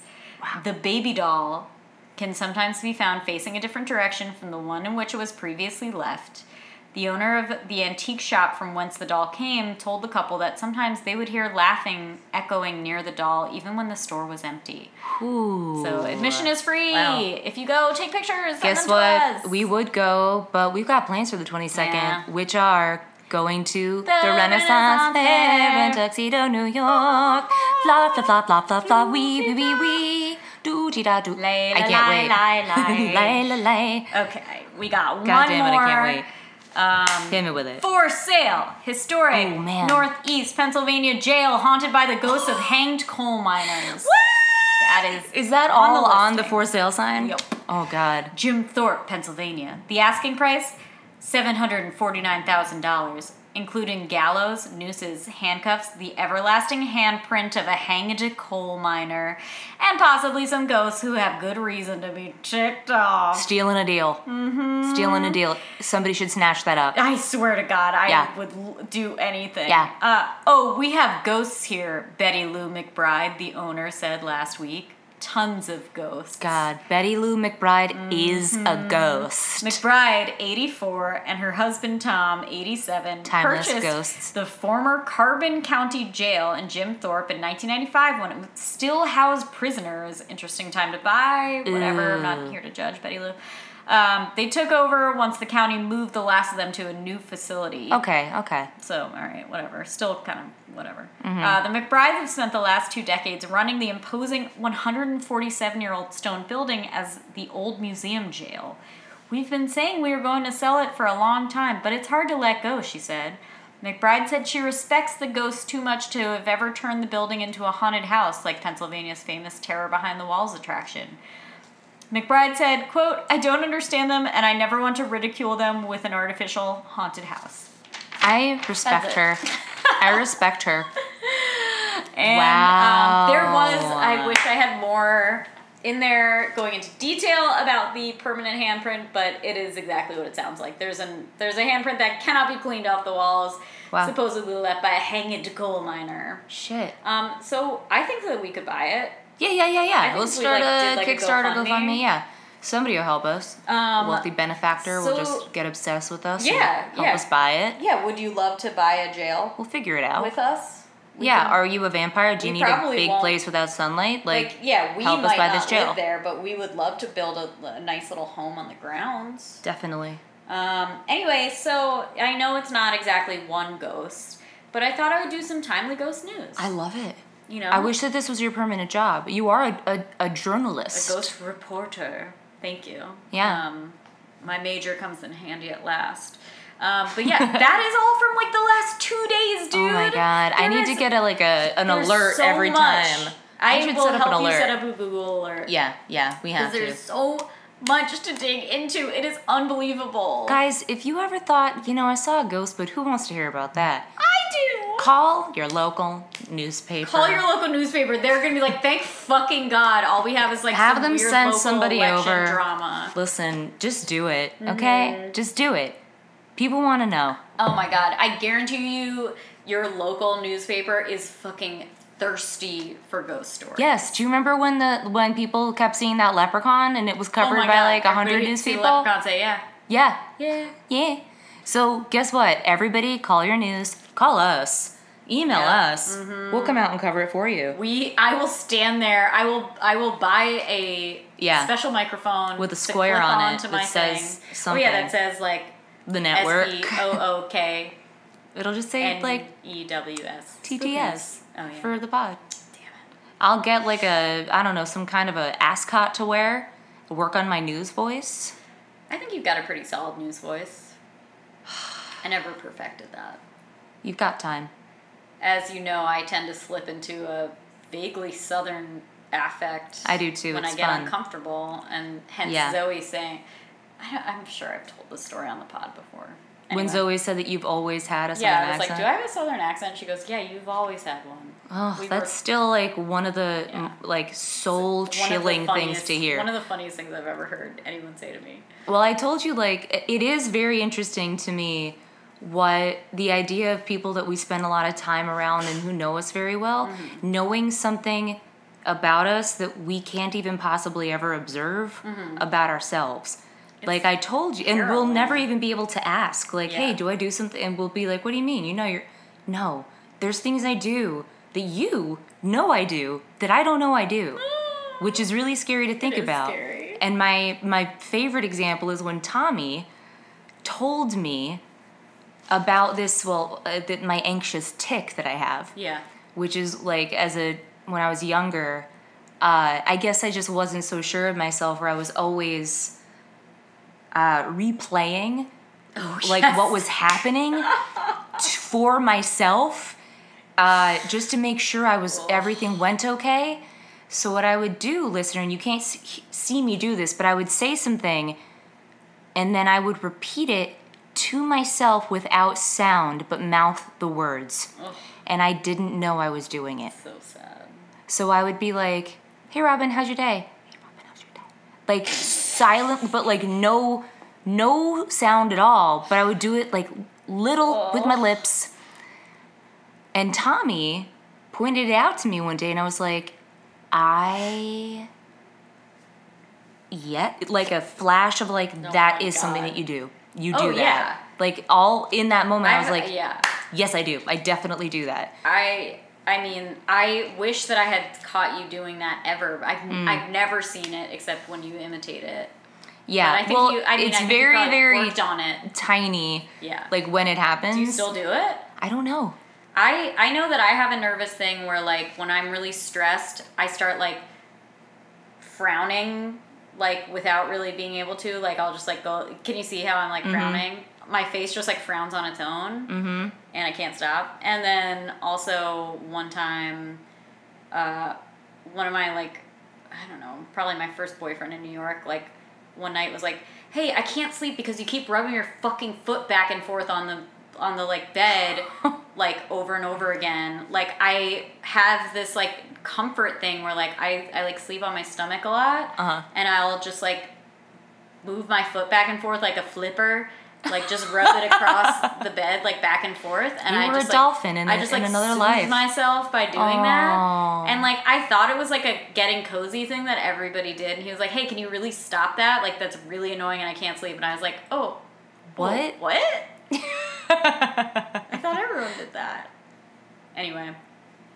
S2: The baby doll can sometimes be found facing a different direction from the one in which it was previously left. The owner of the antique shop from whence the doll came told the couple that sometimes they would hear laughing echoing near the doll even when the store was empty.
S1: Ooh.
S2: So admission is free.
S1: Wow.
S2: If you go, take pictures. Send
S1: Guess
S2: them
S1: what?
S2: To us.
S1: We would go, but we've got plans for the 22nd,
S2: Yeah.
S1: which are going to the,
S2: Renaissance
S1: Renaissance Fair in
S2: Fair.
S1: Tuxedo, New York. Flop, flop, flop, flop, flop, flop, wee, wee, wee, wee. Do, dee, da, do.
S2: Lay,
S1: I
S2: la,
S1: can't
S2: la,
S1: wait.
S2: la, la.
S1: lay, la, lay.
S2: okay. We got
S1: God
S2: one
S1: damn
S2: more.
S1: it, I can't wait.
S2: Um,
S1: Damn it with it.
S2: for sale, historic
S1: Oh, man.
S2: Northeast Pennsylvania jail haunted by the ghosts of hanged coal miners. That is
S1: Is that all
S2: all
S1: on the
S2: listing.
S1: for sale sign?
S2: Yep.
S1: Oh, God.
S2: Jim Thorpe, Pennsylvania. The asking price, seven hundred and forty-nine thousand dollars, including gallows, nooses, handcuffs, the everlasting handprint of a hanged coal miner, and possibly some ghosts who have good reason to be ticked off.
S1: Stealing a deal. Mm-hmm. Stealing a deal. Somebody should snatch that up.
S2: I swear to God, I
S1: Yeah.
S2: would l- do anything.
S1: Yeah.
S2: Uh, oh, we have ghosts here, Betty Lou McBride, the owner, said last week. Tons of ghosts.
S1: God, Betty Lou McBride is a ghost.
S2: Mm-hmm. McBride, 84, and her husband Tom, 87,
S1: Timeless
S2: purchased
S1: ghosts.
S2: the former Carbon County Jail in Jim Thorpe in 1995 when it still housed prisoners. Interesting time to buy, whatever. I'm
S1: Mm.
S2: not here to judge Betty Lou. Um, they took over once the county moved the last of them to a new facility.
S1: Okay, okay.
S2: So, all right, whatever. Still kind of whatever. Uh, the McBrides have spent the last two decades running the imposing 147 year old stone building as the old museum jail. We've been saying we were going to sell it for a long time, but it's hard to let go, she said. McBride said she respects the ghosts too much to have ever turned the building into a haunted house like Pennsylvania's famous Terror Behind the Walls attraction. McBride said, quote, I don't understand them and I never want to ridicule them with an artificial haunted house.
S1: I respect her.
S2: That's
S1: I respect her.
S2: And
S1: Wow.
S2: um, there was, I wish I had more in there going into detail about the permanent handprint, but it is exactly what it sounds like. There's an there's a handprint that cannot be cleaned off the walls,
S1: Wow.
S2: supposedly left by a hanged coal miner.
S1: Shit.
S2: Um, so I think that we could buy it.
S1: Yeah, yeah, yeah, yeah.
S2: think
S1: We'll
S2: we,
S1: start
S2: like,
S1: a
S2: did, like, a
S1: Kickstarter GoFundMe.
S2: GoFundMe.
S1: Yeah. Somebody will help us.
S2: Um,
S1: Wealthy benefactor will
S2: so-
S1: just get obsessed with us.
S2: Yeah,
S1: and help
S2: yeah.
S1: us buy it.
S2: Yeah, would you love to buy a jail
S1: We'll figure it out.
S2: with us? We
S1: yeah.
S2: can-
S1: Are you a vampire? Do you
S2: We
S1: need a
S2: probably
S1: big
S2: won't.
S1: place without sunlight? Like,
S2: like, yeah, we
S1: help us
S2: might
S1: buy
S2: not
S1: this jail.
S2: live there, but we would love to build a, a nice little home on the grounds.
S1: definitely.
S2: Um, anyway, so I know it's not exactly one ghost, but I thought I would do some timely ghost news.
S1: I love it.
S2: you know,
S1: I wish that this was your permanent job. You are a, a, a journalist.
S2: a ghost reporter. Thank you.
S1: Yeah.
S2: Um, my major comes in handy at last. Um, but yeah, that is all from like the last two days, dude.
S1: Oh my god! I
S2: There
S1: need to
S2: is-
S1: get a like a an
S2: there's
S1: alert
S2: so
S1: every
S2: much.
S1: time.
S2: I
S1: should
S2: will
S1: set up an
S2: help you
S1: alert.
S2: set up a Google alert.
S1: Yeah, yeah, we have
S2: Because
S1: to.
S2: there's so much to dig into. It is unbelievable.
S1: Guys, if you ever thought, you know, I saw a ghost, but who wants to hear about that?
S2: I do.
S1: Call your local newspaper.
S2: Call your local newspaper. They're gonna be like, thank fucking god, all we have is like
S1: Have
S2: some
S1: them
S2: weird
S1: send
S2: local
S1: somebody
S2: election
S1: over.
S2: drama.
S1: Listen, just do it,
S2: Mhm.
S1: okay? Just do it. People want to know.
S2: Oh my god, I guarantee you, your local newspaper is fucking thirsty for ghost stories.
S1: Yes. Do you remember when the when people kept seeing that leprechaun and it was
S2: Oh
S1: covered
S2: my
S1: by
S2: God,
S1: like a hundred
S2: everybody
S1: news
S2: see
S1: people?
S2: Leprechaun say, yeah,
S1: Yeah.
S2: yeah.
S1: Yeah. So guess what? Everybody, call your news. Call us. Email
S2: Yeah.
S1: us.
S2: Mm-hmm.
S1: We'll come out and cover it for you
S2: We, I will stand there. I will, I will buy a
S1: Yeah.
S2: special microphone
S1: With a
S2: to
S1: square
S2: clip
S1: on it
S2: onto
S1: that
S2: my
S1: says
S2: thing.
S1: something.
S2: Oh yeah, that says like
S1: the
S2: S
S1: network.
S2: E O O K
S1: It'll just say
S2: N
S1: like
S2: E W S.
S1: TTS
S2: Oh yeah.
S1: for the pod.
S2: Damn it.
S1: I'll get like a I don't know some kind of a ascot to wear. Work on my news voice.
S2: I think you've got a pretty solid news voice. I never perfected that.
S1: You've got time.
S2: As you know, I tend to slip into a vaguely southern affect.
S1: I do too.
S2: When
S1: It's
S2: I get
S1: fun.
S2: uncomfortable, and hence
S1: Yeah.
S2: Zoe saying, I don't, "I'm sure I've told this story on the pod before."
S1: When
S2: Anyway.
S1: Zoe said that you've always had a southern
S2: yeah, I was
S1: accent.
S2: like, "Do I have a southern accent?" She goes, "Yeah, you've always had one."
S1: Oh,
S2: We
S1: that's
S2: were-
S1: still like one of the
S2: Yeah.
S1: m like soul
S2: one of the
S1: chilling things
S2: funniest-
S1: to hear.
S2: One of the funniest things I've ever heard anyone say to me.
S1: well, I told you like i- it is very interesting to me what the idea of people that we spend a lot of time around and who know us very well
S2: Mm-hmm.
S1: knowing something about us that we can't even possibly ever observe about ourselves. like I told you, and we'll
S2: Mm-hmm. terrible.
S1: never even be able to ask, like, hey,
S2: Yeah.
S1: do I do something? And we'll be like, what do you mean? You know, you're, no, there's things I do that you know I do that I don't know I do, which is really scary to think
S2: is
S1: about.
S2: scary.
S1: And my, my favorite example is when Tommy told me about this, well, uh, that my anxious tick that I have
S2: Yeah.
S1: which is like as a when I was younger, uh, I guess I just wasn't so sure of myself, or I was always uh, replaying Oh, like what was happening t- for myself, uh, just to make sure I was everything went okay. So what I would do, listener, and you can't see, see me do this, but I would say something, and then I would repeat it to myself without sound, but mouth the words
S2: Ugh,
S1: and I didn't know I was doing it.
S2: so sad.
S1: So I would be like, "Hey Robin, how's your day?" "Hey Robin, how's your day?" Like silent, but like no, no sound at all. But I would do it like little with my lips. And Tommy pointed it out to me one day, and I was like, "I." Yet, like a flash of like that
S2: Oh my
S1: is something
S2: God.
S1: that you do. You do
S2: Oh,
S1: that.
S2: yeah.
S1: Like all in that moment, I was like,
S2: yeah.
S1: "Yes, I do. I definitely do that."
S2: I I mean, I wish that I had caught you doing that ever. I've
S1: Mm.
S2: I've never seen it except when you imitate it.
S1: Yeah,
S2: But I think
S1: well,
S2: you. I mean,
S1: it's
S2: I think you
S1: very,
S2: probably
S1: very
S2: worked on it.
S1: tiny.
S2: Yeah.
S1: Like when it happens,
S2: Do you still do it?
S1: I don't know.
S2: I I know that I have a nervous thing where like when I'm really stressed, I start like frowning like without really being able to. Like I'll just like go. Can you see how I'm
S1: Mm-hmm.
S2: like frowning? My face just like frowns on its own, mm-hmm. and I can't stop. And then also one time, uh, one of my like I don't know, probably my first boyfriend in New York like one night was like, "Hey, I can't sleep because you keep rubbing your fucking foot back and forth on the on the like bed like over and over again." Like I have this like comfort thing where like I I like sleep on my stomach a lot
S1: Uh-huh.
S2: and I'll just like move my foot back and forth like a flipper. Like just rub it across the bed, like back and forth, and
S1: You
S2: I
S1: were a
S2: just
S1: dolphin
S2: like,
S1: in
S2: I
S1: a-
S2: just
S1: in
S2: like
S1: another
S2: soothe
S1: life.
S2: myself by doing
S1: Aw.
S2: that, and like I thought it was like a getting cozy thing that everybody did. And he was like, "Hey, can you really stop that? Like that's really annoying, and I can't sleep." And I was like, "Oh,
S1: What?
S2: wh- What? I thought everyone did that." Anyway,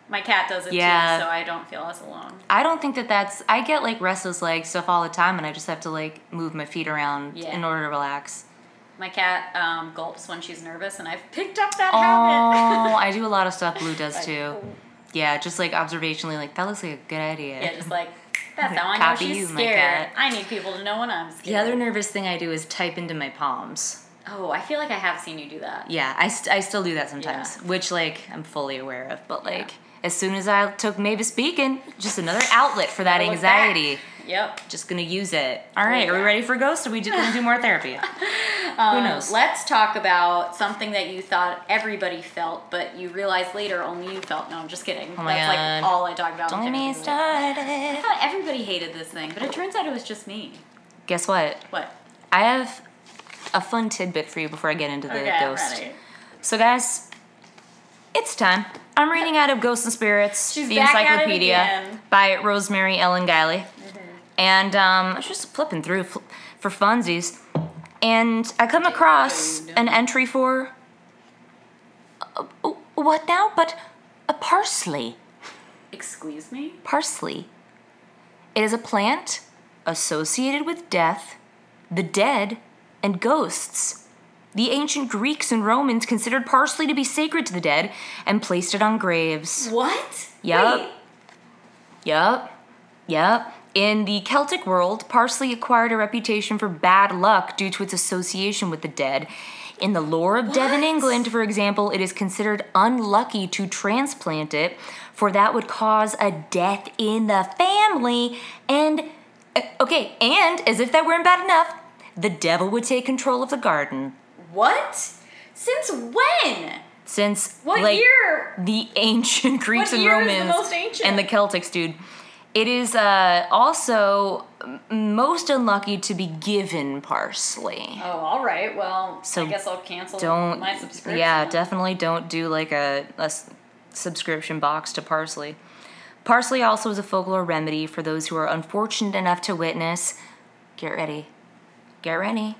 S2: my cat does it
S1: Yeah.
S2: too, so I don't feel as alone.
S1: I don't think that that's. I get like restless leg stuff all the time, and I just have to like move my feet around
S2: Yeah.
S1: in order to relax.
S2: My cat um, gulps when she's nervous, and I've picked up that
S1: Oh,
S2: habit.
S1: I do a lot of stuff. Blue does
S2: Like,
S1: too.
S2: oh.
S1: Yeah, just like observationally, like that looks like a good idea.
S2: yeah, just like that's how I know
S1: Copy
S2: she's
S1: you, my
S2: scared.
S1: cat.
S2: I need people to know when I'm scared.
S1: the other nervous thing I do is type into my palms.
S2: Oh, I feel like I have seen you do that.
S1: Yeah, I, st- I still do that sometimes, which like I'm fully aware of. But like as soon as I took Mavis Beacon, just another outlet for that
S2: I look
S1: anxiety.
S2: back. Yep.
S1: Just gonna use it. All right, are we
S2: yeah.
S1: ready for Ghost? Are we just gonna do more therapy? Who knows?
S2: Let's talk about something that you thought everybody felt, but you realized later only you felt. No, I'm just kidding.
S1: Oh my
S2: That's
S1: God.
S2: like all I talked about. in
S1: Don't let
S2: therapy
S1: me
S2: was-
S1: start
S2: I
S1: it.
S2: thought everybody hated this thing, but it turns out it was just me.
S1: Guess what?
S2: What?
S1: I have a fun tidbit for you before I get into the
S2: Okay, I'm
S1: Ghost.
S2: ready.
S1: So, guys, it's time. I'm reading out of Ghosts and Spirits,
S2: She's
S1: the
S2: back at it
S1: Encyclopedia
S2: again.
S1: by Rosemary Ellen Guiley. And um, I was just flipping through fl- for funsies. And I come across an entry for. uh, uh, what now? But a parsley
S2: Excuse me?
S1: parsley. It is a plant associated with death, the dead, and ghosts. The ancient Greeks and Romans considered parsley to be sacred to the dead and placed it on graves.
S2: What?
S1: Yup.
S2: Wait,
S1: Yup. Yup. In the Celtic world, parsley acquired a reputation for bad luck due to its association with the dead. In the lore of Devon,
S2: What?
S1: England, for example, it is considered unlucky to transplant it, for that would cause a death in the family. And, uh, okay, and as if that weren't bad enough, the devil would take control of the garden.
S2: What? Since when?
S1: Since
S2: What
S1: like,
S2: year?
S1: the ancient Greeks and
S2: year is
S1: Romans
S2: the most ancient?
S1: and the Celtics, dude. It is uh, also m- most unlucky to be given parsley.
S2: Oh, all right. Well,
S1: So
S2: I guess I'll cancel
S1: Don't
S2: Oh, my subscription.
S1: Yeah, definitely don't do like a, a s- subscription box to parsley. Parsley also is a folklore remedy for those who are unfortunate enough to witness. Get ready, get ready.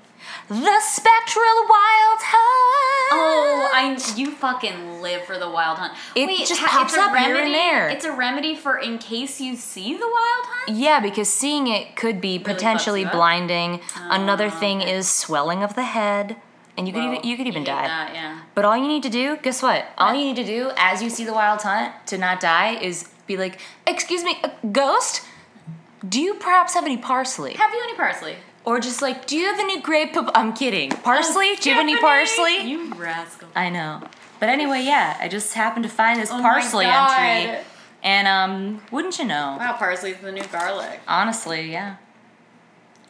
S1: The spectral wild hunt.
S2: Oh, I you fucking live for the wild hunt.
S1: It
S2: Wait,
S1: just
S2: ha-
S1: pops
S2: it's a
S1: up here and
S2: remedy,
S1: there.
S2: It's a remedy for in case you see the wild hunt.
S1: Yeah, because seeing it could be potentially
S2: you up. Ah,
S1: blinding. Another thing is swelling of the head, and you could
S2: Well,
S1: even, you could even
S2: hate
S1: die.
S2: That, yeah.
S1: But all you need to do, guess what? All you need to do as you see the wild hunt to not die is be like, "Excuse me, uh, ghost, do you perhaps have any parsley?"
S2: Have you any parsley?
S1: Or just like, "Do you have any grape?" pap- I'm kidding. Parsley? Do you have any parsley?
S2: You rascal.
S1: I know. But anyway, yeah, I just happened to find this
S2: Oh my
S1: parsley entry,
S2: God.
S1: and um, wouldn't you know?
S2: Wow, parsley's the new garlic.
S1: Honestly, yeah.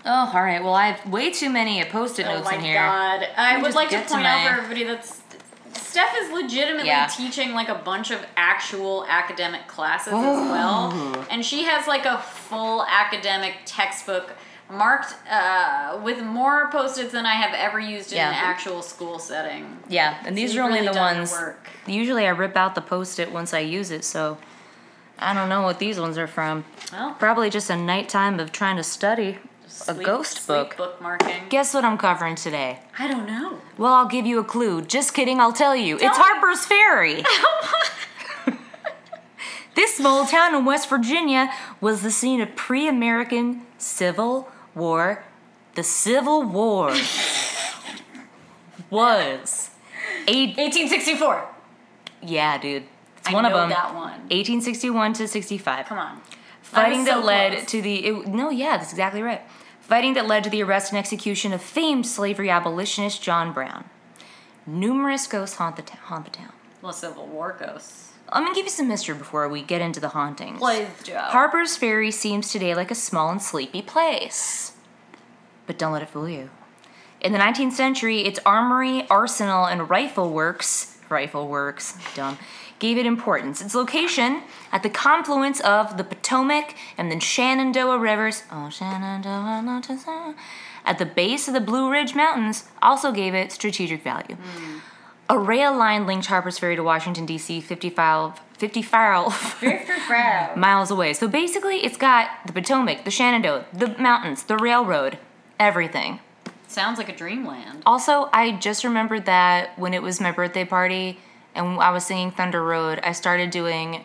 S1: Oh, all right. Well, I have way too many post-it
S2: Oh
S1: notes
S2: my
S1: in here.
S2: god. I would
S1: just
S2: like to
S1: get to
S2: point out
S1: my-
S2: for everybody that's Steph is legitimately
S1: Yeah.
S2: teaching like a bunch of actual academic classes as well. And she has like a full academic textbook marked uh, with more post-its than I have ever used in an
S1: Yeah.
S2: actual school setting.
S1: Yeah, and these
S2: You've
S1: are only
S2: really
S1: the
S2: done your
S1: ones.
S2: work.
S1: Usually, I rip out the post-it once I use it, so I don't know what these ones are from.
S2: Well,
S1: Probably just a nighttime of trying to study a
S2: sleep-
S1: ghost
S2: sleep
S1: book.
S2: bookmarking.
S1: Guess what I'm covering today?
S2: I don't know.
S1: Well, I'll give you a clue. Just kidding, I'll tell you. it's
S2: me.
S1: Harper's Ferry. this small town in West Virginia was the scene of pre American Civil War. The Civil War was. Eight,
S2: 1864.
S1: yeah, dude. It's
S2: I
S1: one of
S2: know
S1: them.
S2: that one.
S1: 1861 to 65
S2: Come on.
S1: fighting
S2: was
S1: that
S2: so
S1: led
S2: close.
S1: to the it, no yeah that's exactly right fighting that led to the arrest and execution of famed slavery abolitionist john brown numerous ghosts haunt the, t- haunt the town
S2: Well, Civil War ghosts.
S1: i'm gonna give you some history before we get into the hauntings
S2: Please, Joe.
S1: harper's ferry seems today like a small and sleepy place but don't let it fool you in the 19th century its armory arsenal and rifle works rifle works dumb gave it importance its location at the confluence of the potomac and the shenandoah rivers oh shenandoah not to say, at the base of the blue ridge mountains also gave it strategic value a rail line linked harper's ferry to washington d.c 55 55 miles away. So basically, it's got the Potomac, the Shenandoah, the mountains, the railroad, everything.
S2: Sounds like a dreamland.
S1: Also, I just remembered that when it was my birthday party and I was singing Thunder Road, I started doing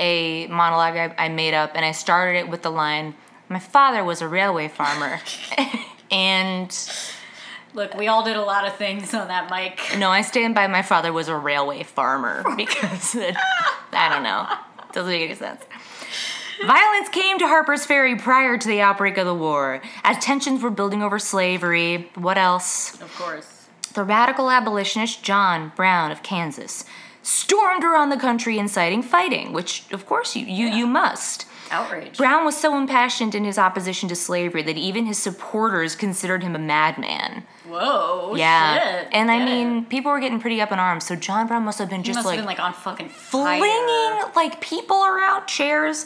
S1: a monologue I, I made up and I started it with the line My father was a railway farmer. and
S2: Look, we all did a lot of things on that mic.
S1: no, I stand by my father was a railway farmer because it, I don't know. Doesn't make any sense. Violence came to Harper's Ferry prior to the outbreak of the war, as tensions were building over slavery. What else?
S2: Of course.
S1: the radical abolitionist John Brown of Kansas stormed around the country inciting fighting, which of course you you, you must.
S2: Outrage.
S1: Brown was so impassioned in his opposition to slavery that even his supporters considered him a madman.
S2: Whoa.
S1: Yeah.
S2: shit.
S1: And I
S2: Get it.
S1: mean, people were getting pretty up in arms, so John Brown must have been
S2: He
S1: just
S2: must
S1: like,
S2: have been like on fucking fire.
S1: flinging like people around, chairs.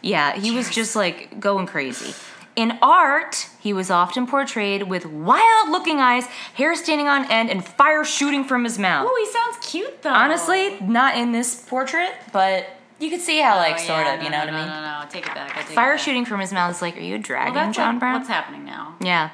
S1: Yeah, he was just like going crazy. In art, he was often portrayed with wild looking eyes, hair standing on end, and fire shooting from his mouth.
S2: Oh, he sounds cute though.
S1: Honestly, not in this portrait, but you could see how,
S2: Oh,
S1: like,
S2: yeah,
S1: sort of, you
S2: no,
S1: know
S2: no,
S1: what I mean?
S2: No, no, no. Take it back. I take it
S1: Fire
S2: back.
S1: shooting from his mouth is like, are you a dragon,
S2: Well, that's
S1: John
S2: like
S1: Brown?
S2: What's happening now?
S1: Yeah.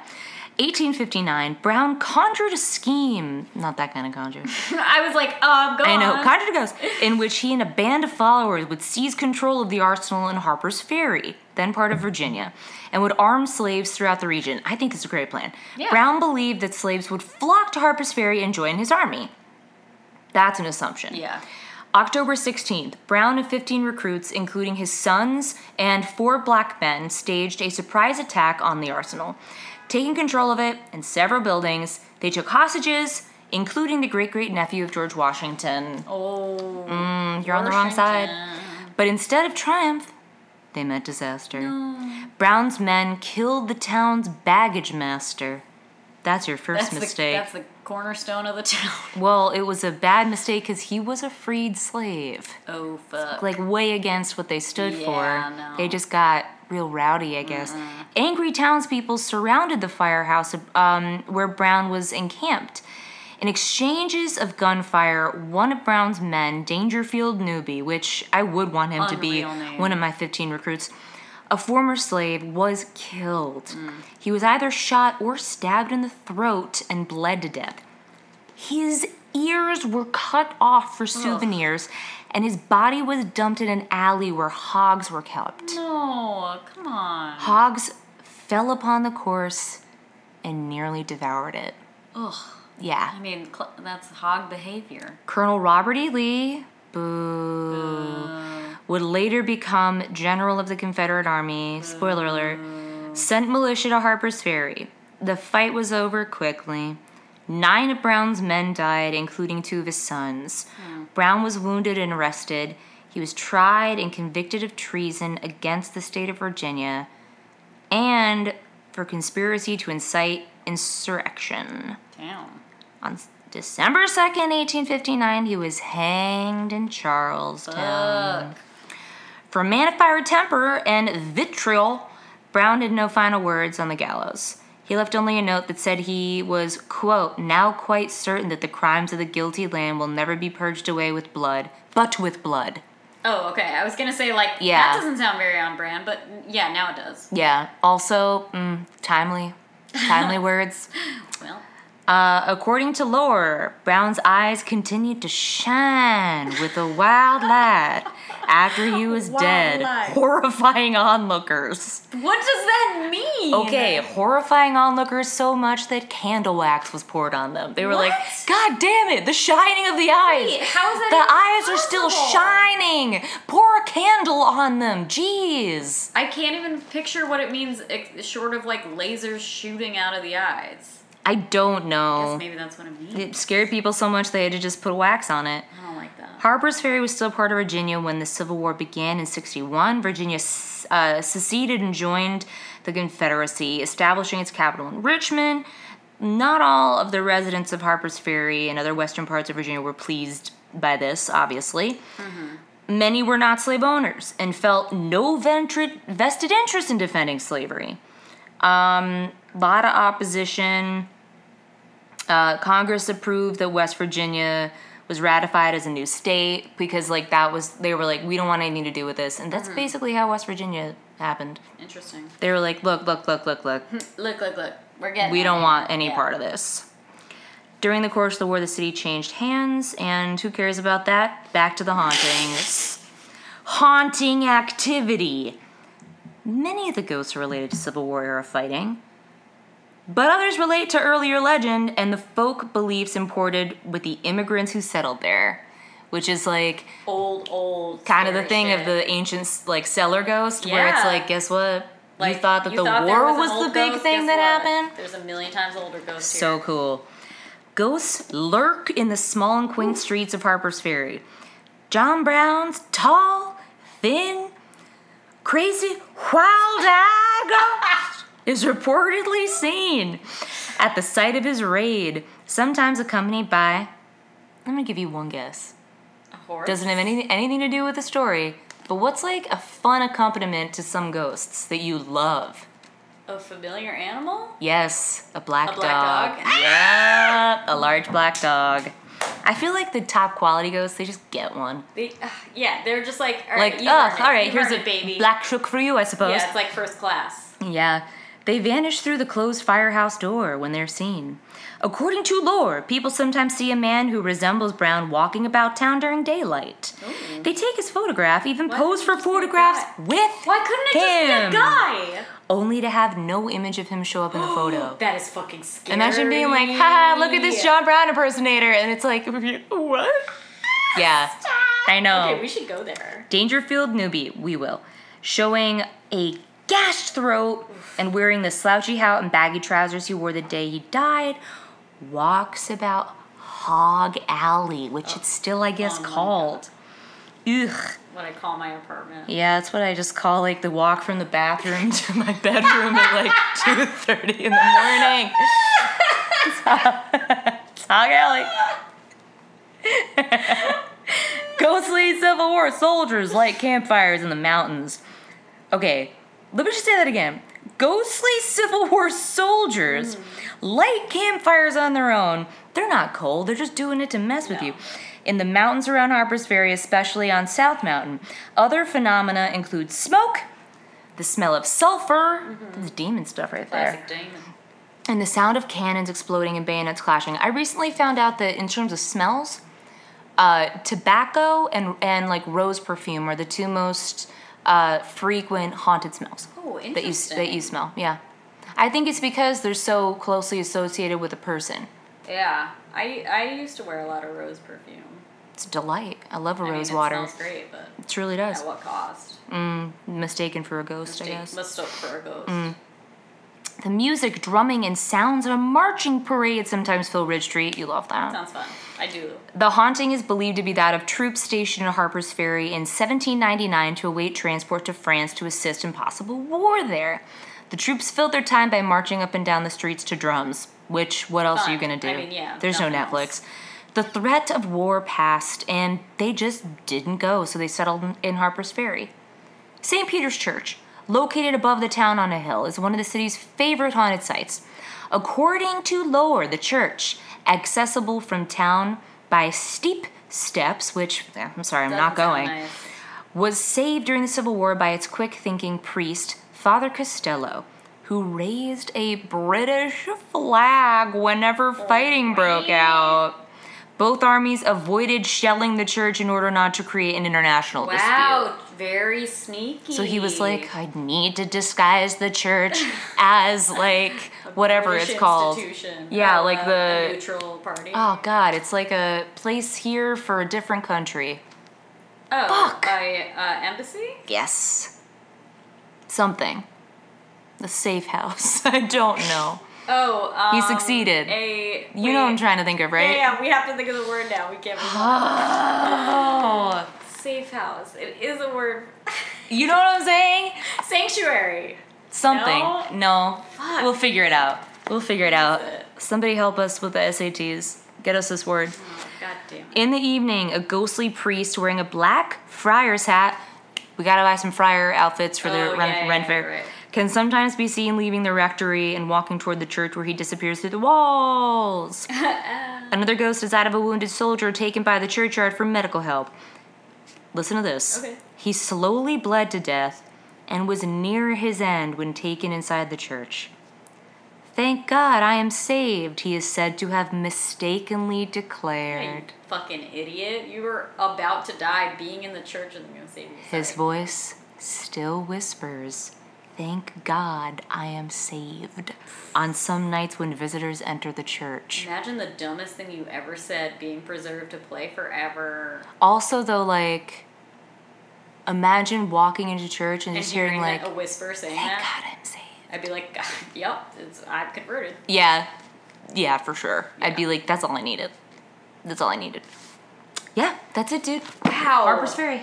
S1: 1859, Brown conjured a scheme. Not that kind of conjure.
S2: I was like, um, go
S1: I know.
S2: on.
S1: Conjured goes, in which he and a band of followers would seize control of the arsenal in Harper's Ferry, then part of Virginia, and would arm slaves throughout the region. I think it's a great plan.
S2: Yeah.
S1: Brown believed that slaves would flock to Harper's Ferry and join his army. That's an assumption.
S2: yeah.
S1: October 16th, Brown and 15 recruits, including his sons and four black men, staged a surprise attack on the arsenal. Taking control of it and several buildings, they took hostages, including the great great nephew of George Washington.
S2: Oh.
S1: You're on the wrong side. But instead of triumph, they meant disaster. Brown's men killed the town's baggage master. That's your first
S2: That's
S1: mistake.
S2: The, that's the cornerstone of the town.
S1: well, it was a bad mistake because he was a freed slave.
S2: Oh fuck.
S1: like way against what they stood
S2: Yeah,
S1: for.
S2: no.
S1: They just got real rowdy, I guess.
S2: Mm-hmm.
S1: Angry townspeople surrounded the firehouse um, where Brown was encamped. In exchanges of gunfire, one of Brown's men, Dangerfield Newby, which I would want him to be
S2: Unreal name.
S1: one of my 15 recruits, a former slave, was killed.
S2: Mm.
S1: He was either shot or stabbed in the throat and bled to death. His ears were cut off for souvenirs, and his body was dumped in an alley where hogs were kept.
S2: no, come on.
S1: Hogs fell upon the course and nearly devoured it.
S2: Ugh.
S1: Yeah.
S2: I mean, cl- that's hog behavior.
S1: Colonel Robert E. Lee, boo, would later become general of the Confederate Army. Spoiler alert. Sent militia to Harper's Ferry. The fight was over quickly. Nine of Brown's men died, including two of his sons. Brown was wounded and arrested. He was tried and convicted of treason against the state of Virginia and for conspiracy to incite insurrection.
S2: Damn.
S1: On s- December 2nd, 1859, he was hanged in Charlestown.
S2: Fuck.
S1: For a man of fiery temper and vitriol, Brown had no final words on the gallows. He left only a note that said he was, quote, now quite certain that the crimes of the guilty land will never be purged away with blood, but with blood.
S2: Oh, okay. I was gonna say like
S1: Yeah.
S2: that doesn't sound very on brand, but yeah, now it does.
S1: Yeah, also, mm, timely. Timely words.
S2: Well,
S1: Uh, according to lore, Brown's eyes continued to shine with a wild light after he was
S2: Wild
S1: dead,
S2: light.
S1: horrifying onlookers.
S2: what does that mean?
S1: Okay, horrifying onlookers so much that candle wax was poured on them. They were like,
S2: What?
S1: God damn it, the shining of the eyes.
S2: Wait, how is that
S1: the
S2: even
S1: eyes are still
S2: possible?"
S1: shining. Pour a candle on them. Jeez.
S2: I can't even picture what it means ex- short of like lasers shooting out of the eyes.
S1: I don't
S2: Guess
S1: know.
S2: maybe that's what it means.
S1: Oh. It scared people so much they had to just put wax on it.
S2: I don't like that.
S1: Harper's Ferry was still part of Virginia when the Civil War began in 61. Virginia s- uh, seceded and joined the Confederacy, establishing its capital in Richmond. Not all of the residents of Harper's Ferry and other western parts of Virginia were pleased by this, obviously. Many were not slave owners and felt no ventri- vested interest in defending slavery. Um, lot of opposition. Uh, Congress approved that West Virginia was ratified as a new state because, like, that was they were like, we don't want anything to do with this, and that's basically how West Virginia happened.
S2: Interesting.
S1: They were like, look, look, look, look, look,
S2: Look, look, look. We're getting.
S1: we
S2: it.
S1: don't want any
S2: Yeah.
S1: part of this. During the course of the war, the city changed hands, and who cares about that? Back to the hauntings. Haunting activity. Many of the ghosts are related to Civil War era fighting, but others relate to earlier legend and the folk beliefs imported with the immigrants who settled there, which is like
S2: old, old.
S1: kind of the
S2: scary
S1: thing
S2: shit.
S1: of the ancient like cellar ghost, where it's
S2: Yeah.
S1: like, guess what?
S2: Like,
S1: you thought that
S2: you
S1: the
S2: thought there
S1: war
S2: an
S1: was,
S2: old
S1: the big
S2: ghost,
S1: thing
S2: guess
S1: that
S2: what?
S1: happened.
S2: There's a million times older ghost.
S1: So cool. Ghosts lurk in the small and quaint streets of Harper's Ferry. John Brown's tall, thin, crazy, wild-eyed ghost is reportedly seen at the site of his raid, sometimes accompanied by. I'm gonna give you one guess.
S2: A horse?
S1: Doesn't have any, anything to do with the story, but what's like a fun accompaniment to some ghosts that you love?
S2: a familiar animal?
S1: Yes, a black,
S2: A black dog?
S1: Yeah, a large black dog. I feel like the top quality ghosts, they just get one.
S2: They, uh, yeah, they're just like, all right,
S1: Like,
S2: you
S1: ugh,
S2: earned it.
S1: all right,
S2: You
S1: here's
S2: earned
S1: a
S2: it, baby.
S1: black shook for you, I suppose.
S2: Yeah, it's like first class.
S1: Yeah. They vanish through the closed firehouse door when they're seen. According to lore, people sometimes see a man who resembles Brown walking about town during daylight. They take his photograph, even
S2: Why
S1: pose for
S2: couldn't it just be a
S1: photographs
S2: guy?
S1: with
S2: Why couldn't it just
S1: him,
S2: be a guy?
S1: Only to have no image of him show up in the photo.
S2: That is fucking scary.
S1: Imagine being like, haha, look at this John Brown impersonator. And it's like, what? Yeah. I know.
S2: Okay, we should go there.
S1: Dangerfield newbie, we will. Showing a gashed throat and wearing the slouchy hat and baggy trousers he wore the day he died, walks about Hog Alley, which it's still, I guess,
S2: Oh my
S1: called. Ugh.
S2: What I call my apartment.
S1: Yeah, that's what I just call like the walk from the bathroom to my bedroom at like two thirty in the morning. It's Hog- it's Hog Alley. Ghost lead Civil War soldiers light campfires in the mountains. Okay, let me just say that again. Ghostly Civil War soldiers light campfires on their own. They're not cold, they're just doing it to mess with
S2: No.
S1: you. In the mountains around Harper's Ferry, especially on South Mountain, other phenomena include smoke, the smell of sulfur, the demon stuff right there
S2: Classic demon.
S1: and the sound of cannons exploding and bayonets clashing. I recently found out that in terms of smells, uh, tobacco and and like rose perfume are the two most uh, frequent haunted smells
S2: Oh,
S1: that you
S2: interesting.
S1: that you smell. Yeah, I think it's because they're so closely associated with a person.
S2: Yeah, I I used to wear a lot of rose perfume.
S1: It's a delight. I love a
S2: I mean,
S1: rose
S2: it
S1: water.
S2: smells great, but
S1: It truly does.
S2: at what cost?
S1: Mistaken for a ghost, I guess. Mm.
S2: Must stop for a ghost.
S1: The music, drumming, and sounds of a marching parade sometimes fill Ridge Street. You love that.
S2: Sounds fun. I do.
S1: The haunting is believed to be that of troops stationed at Harper's Ferry in 1799 to await transport to France to assist in possible war there. The troops filled their time by marching up and down the streets to drums, which, what else are you
S2: Fun.
S1: gonna do?
S2: I mean, yeah,
S1: There's no
S2: nothing else.
S1: Netflix. The threat of war passed, and they just didn't go, so they settled in- in Harper's Ferry. St. Peter's Church, located above the town on a hill, is one of the city's favorite haunted sites. According to lore, the church, accessible from town by steep steps, which eh, I'm sorry, I'm not
S2: Doesn't sound
S1: going,
S2: nice.
S1: was saved during the Civil War by its quick thinking priest, Father Costello, who raised a British flag whenever
S2: Oh,
S1: fighting broke out. Both armies avoided shelling the church in order not to create an international dispute.
S2: Wow, very sneaky.
S1: So he was like, I need to disguise the church as like whatever
S2: British
S1: it's called.
S2: institution.
S1: Yeah,
S2: Uh,
S1: like the-
S2: a neutral party.
S1: Oh god, it's like a place here for a different country.
S2: oh,
S1: fuck.
S2: by uh, embassy.
S1: Yes. Something. The safe house. I don't know.
S2: Oh, um,
S1: He succeeded.
S2: A
S1: You know what I'm trying to think of,
S2: Yeah,
S1: right?
S2: yeah, we have to think of the word now. We can't. remember.
S1: Oh.
S2: Safe house. It is a word.
S1: You know what I'm saying?
S2: Sanctuary.
S1: Something.
S2: No?
S1: No.
S2: Fuck.
S1: We'll figure it out. We'll figure it out.
S2: it?
S1: Somebody help us with the SATs. Get us this word.
S2: God damn.
S1: In the evening, a ghostly priest wearing a black friar's hat. We gotta buy some friar outfits for the
S2: Oh,
S1: Ren,
S2: yeah, yeah,
S1: Ren
S2: yeah,
S1: Fair.
S2: right.
S1: Can sometimes be seen leaving the rectory and walking toward the church where he disappears through the walls. Another ghost is that of a wounded soldier taken by the churchyard for medical help. Listen to this.
S2: Okay.
S1: He slowly bled to death and was near his end when taken inside the church. Thank God I am saved, he is said to have mistakenly
S2: You
S1: declared.
S2: fucking idiot. You were about to die being in the church and they're gonna save you.
S1: His
S2: Sorry.
S1: voice still whispers, Thank God I am saved. On some nights when visitors enter the church.
S2: Imagine the dumbest thing you ever said being preserved to play forever.
S1: Also, though, like, imagine walking into church and,
S2: And
S1: just hearing, "Oh, like,
S2: that- a whisper saying
S1: Thank
S2: that.
S1: God I'm saved.
S2: I'd be like, God, yep, it's, I'm converted.
S1: Yeah. yeah, for sure. I'd be like, that's all I needed. That's all I needed. Yeah, that's it, dude.
S3: Wow.
S1: Harper's Ferry.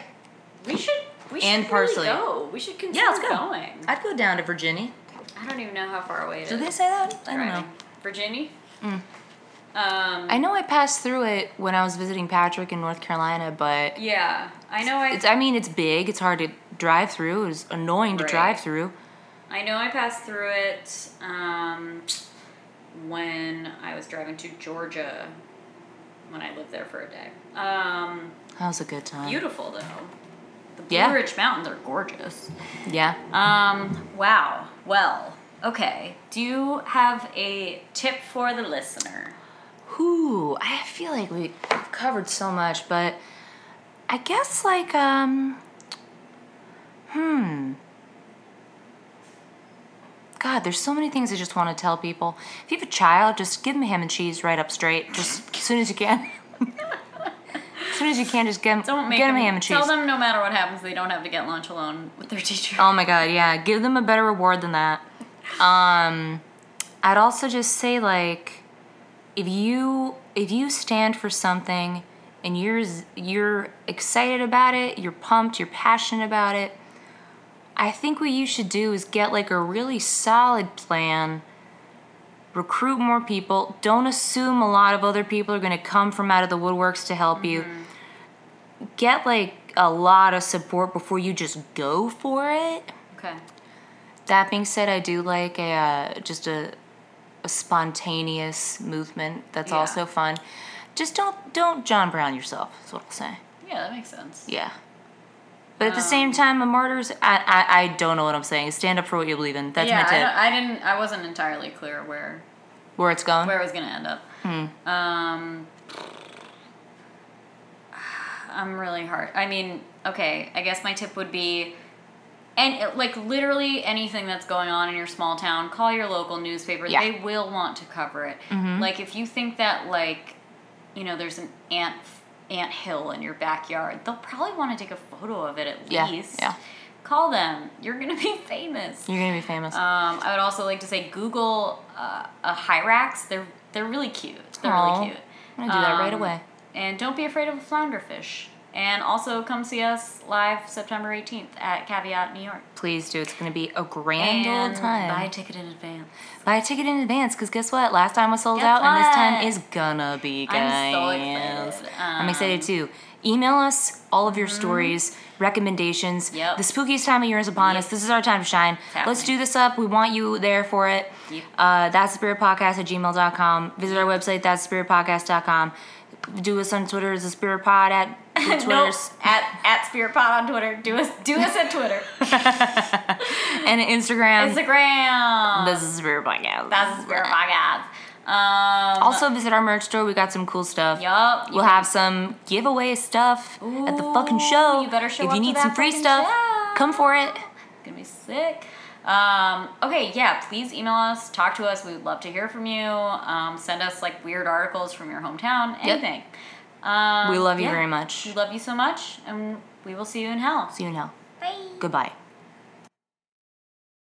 S2: We should. We should
S1: And
S2: really
S1: parsley.
S2: go. We should consider
S1: Yeah, let's go.
S2: going.
S1: I'd go down to Virginia.
S2: I don't even know how far away it is.
S1: Did they say that? I don't know. Mm.
S2: Driving. Virginia. Um.
S1: I know I passed through it when I was visiting Patrick in North Carolina, but
S2: yeah, I know. I
S1: it's I mean it's big. It's hard to drive through. It's annoying to
S2: Right.
S1: drive through.
S2: I know I passed through it um, when I was driving to Georgia when I lived there for a day. Um,
S1: That was a good time.
S2: beautiful though. The Blue
S1: Uh-huh. Yeah.
S2: Ridge Mountains are gorgeous.
S1: yeah.
S2: Um, wow. Well, okay. Do you have a tip for the listener?
S1: Whew, I feel like we've covered so much, but I guess like um hmm. God, there's so many things I just want to tell people. If you have a child, just give them ham and cheese right up straight, just as soon as you can. as soon as you can, just get them,
S2: Don't make
S1: get
S2: them,
S1: them ham and cheese.
S2: Tell them no matter what happens, they don't have to get lunch alone with their teacher.
S1: Oh my god, yeah. Give them a better reward than that. Um I'd also just say like if you if you stand for something and you're z- you're excited about it, you're pumped, you're passionate about it, I think what you should do is get like a really solid plan. Recruit more people. Don't assume a lot of other people are going to come from out of the woodworks to help you get like a lot of support before you just go for it.
S2: Okay.
S1: That being said, I do like a uh, just a, a spontaneous movement that's
S2: Yeah.
S1: also fun. Just don't don't John Brown yourself. Is what I'll say.
S2: Yeah, that makes sense.
S1: Yeah. But at the
S2: Um.
S1: same time, a martyr's. I, I I don't know what I'm saying. Stand up for what you believe in. That's
S2: yeah,
S1: my
S2: I,
S1: tip.
S2: don't- I didn't. I wasn't entirely clear where
S1: Where it's going.
S2: where it was gonna end up.
S1: Hmm.
S2: Um, I'm really hard. I mean, okay. I guess my tip would be, and like literally anything that's going on in your small town, call your local newspaper.
S1: Yeah. Mm-hmm.
S2: They will want to cover it. Like if you think that like, you know, there's an ant ant hill in your backyard, they'll probably want to take a photo of it at
S1: Yeah,
S2: least.
S1: yeah.
S2: Call them. You're gonna be famous.
S1: You're gonna be famous.
S2: Um, I would also like to say Google uh, a Hyrax. They're they're really cute. They're
S1: Aw.
S2: really cute.
S1: I'm gonna do that right
S2: Um,
S1: away.
S2: And don't be afraid of a flounderfish. And also come see us live September 18th at Caveat, New York.
S1: Please do. It's gonna be a grand
S2: and
S1: old time.
S2: buy a ticket in advance.
S1: Buy a ticket in advance, because guess what? Last time was sold
S2: Guess
S1: out, and this
S2: what?
S1: time is gonna be,
S2: I'm
S1: guys.
S2: so excited. Um,
S1: I'm excited too. Email us all of your stories, recommendations.
S2: Mm-hmm. Yep.
S1: The spookiest time of year is upon us. This is our time to shine. Let's
S2: happening.
S1: do this up. We want you there for it.
S2: Yep.
S1: Uh, that's spiritpodcast at gmail.com. Visit our website, that's spiritpodcast.com. Do us on Twitter as a spirit pod at the
S2: Nope.
S1: Twitters
S2: At at Spirit Pod on Twitter. Do us do us at Twitter.
S1: and Instagram.
S2: Instagram.
S1: this is Spirit Podcast.
S2: That's the Spirit Podcast. Um,
S1: Also visit our merch store. We got some cool stuff.
S2: yup.
S1: We'll have some giveaway stuff at the fucking show.
S2: Ooh, you better show
S1: If
S2: up
S1: you
S2: to
S1: need
S2: that
S1: some free
S2: fucking
S1: stuff,
S2: show.
S1: come for it.
S2: gonna be sick. Um, okay, yeah, please email us, talk to us. We would love to hear from you. Um, send us like weird articles from your hometown,
S1: Yep.
S2: anything. Um,
S1: We love you
S2: yeah.
S1: very much.
S2: We love you so much, and we will see you in hell.
S1: See you now.
S2: Bye.
S1: Goodbye.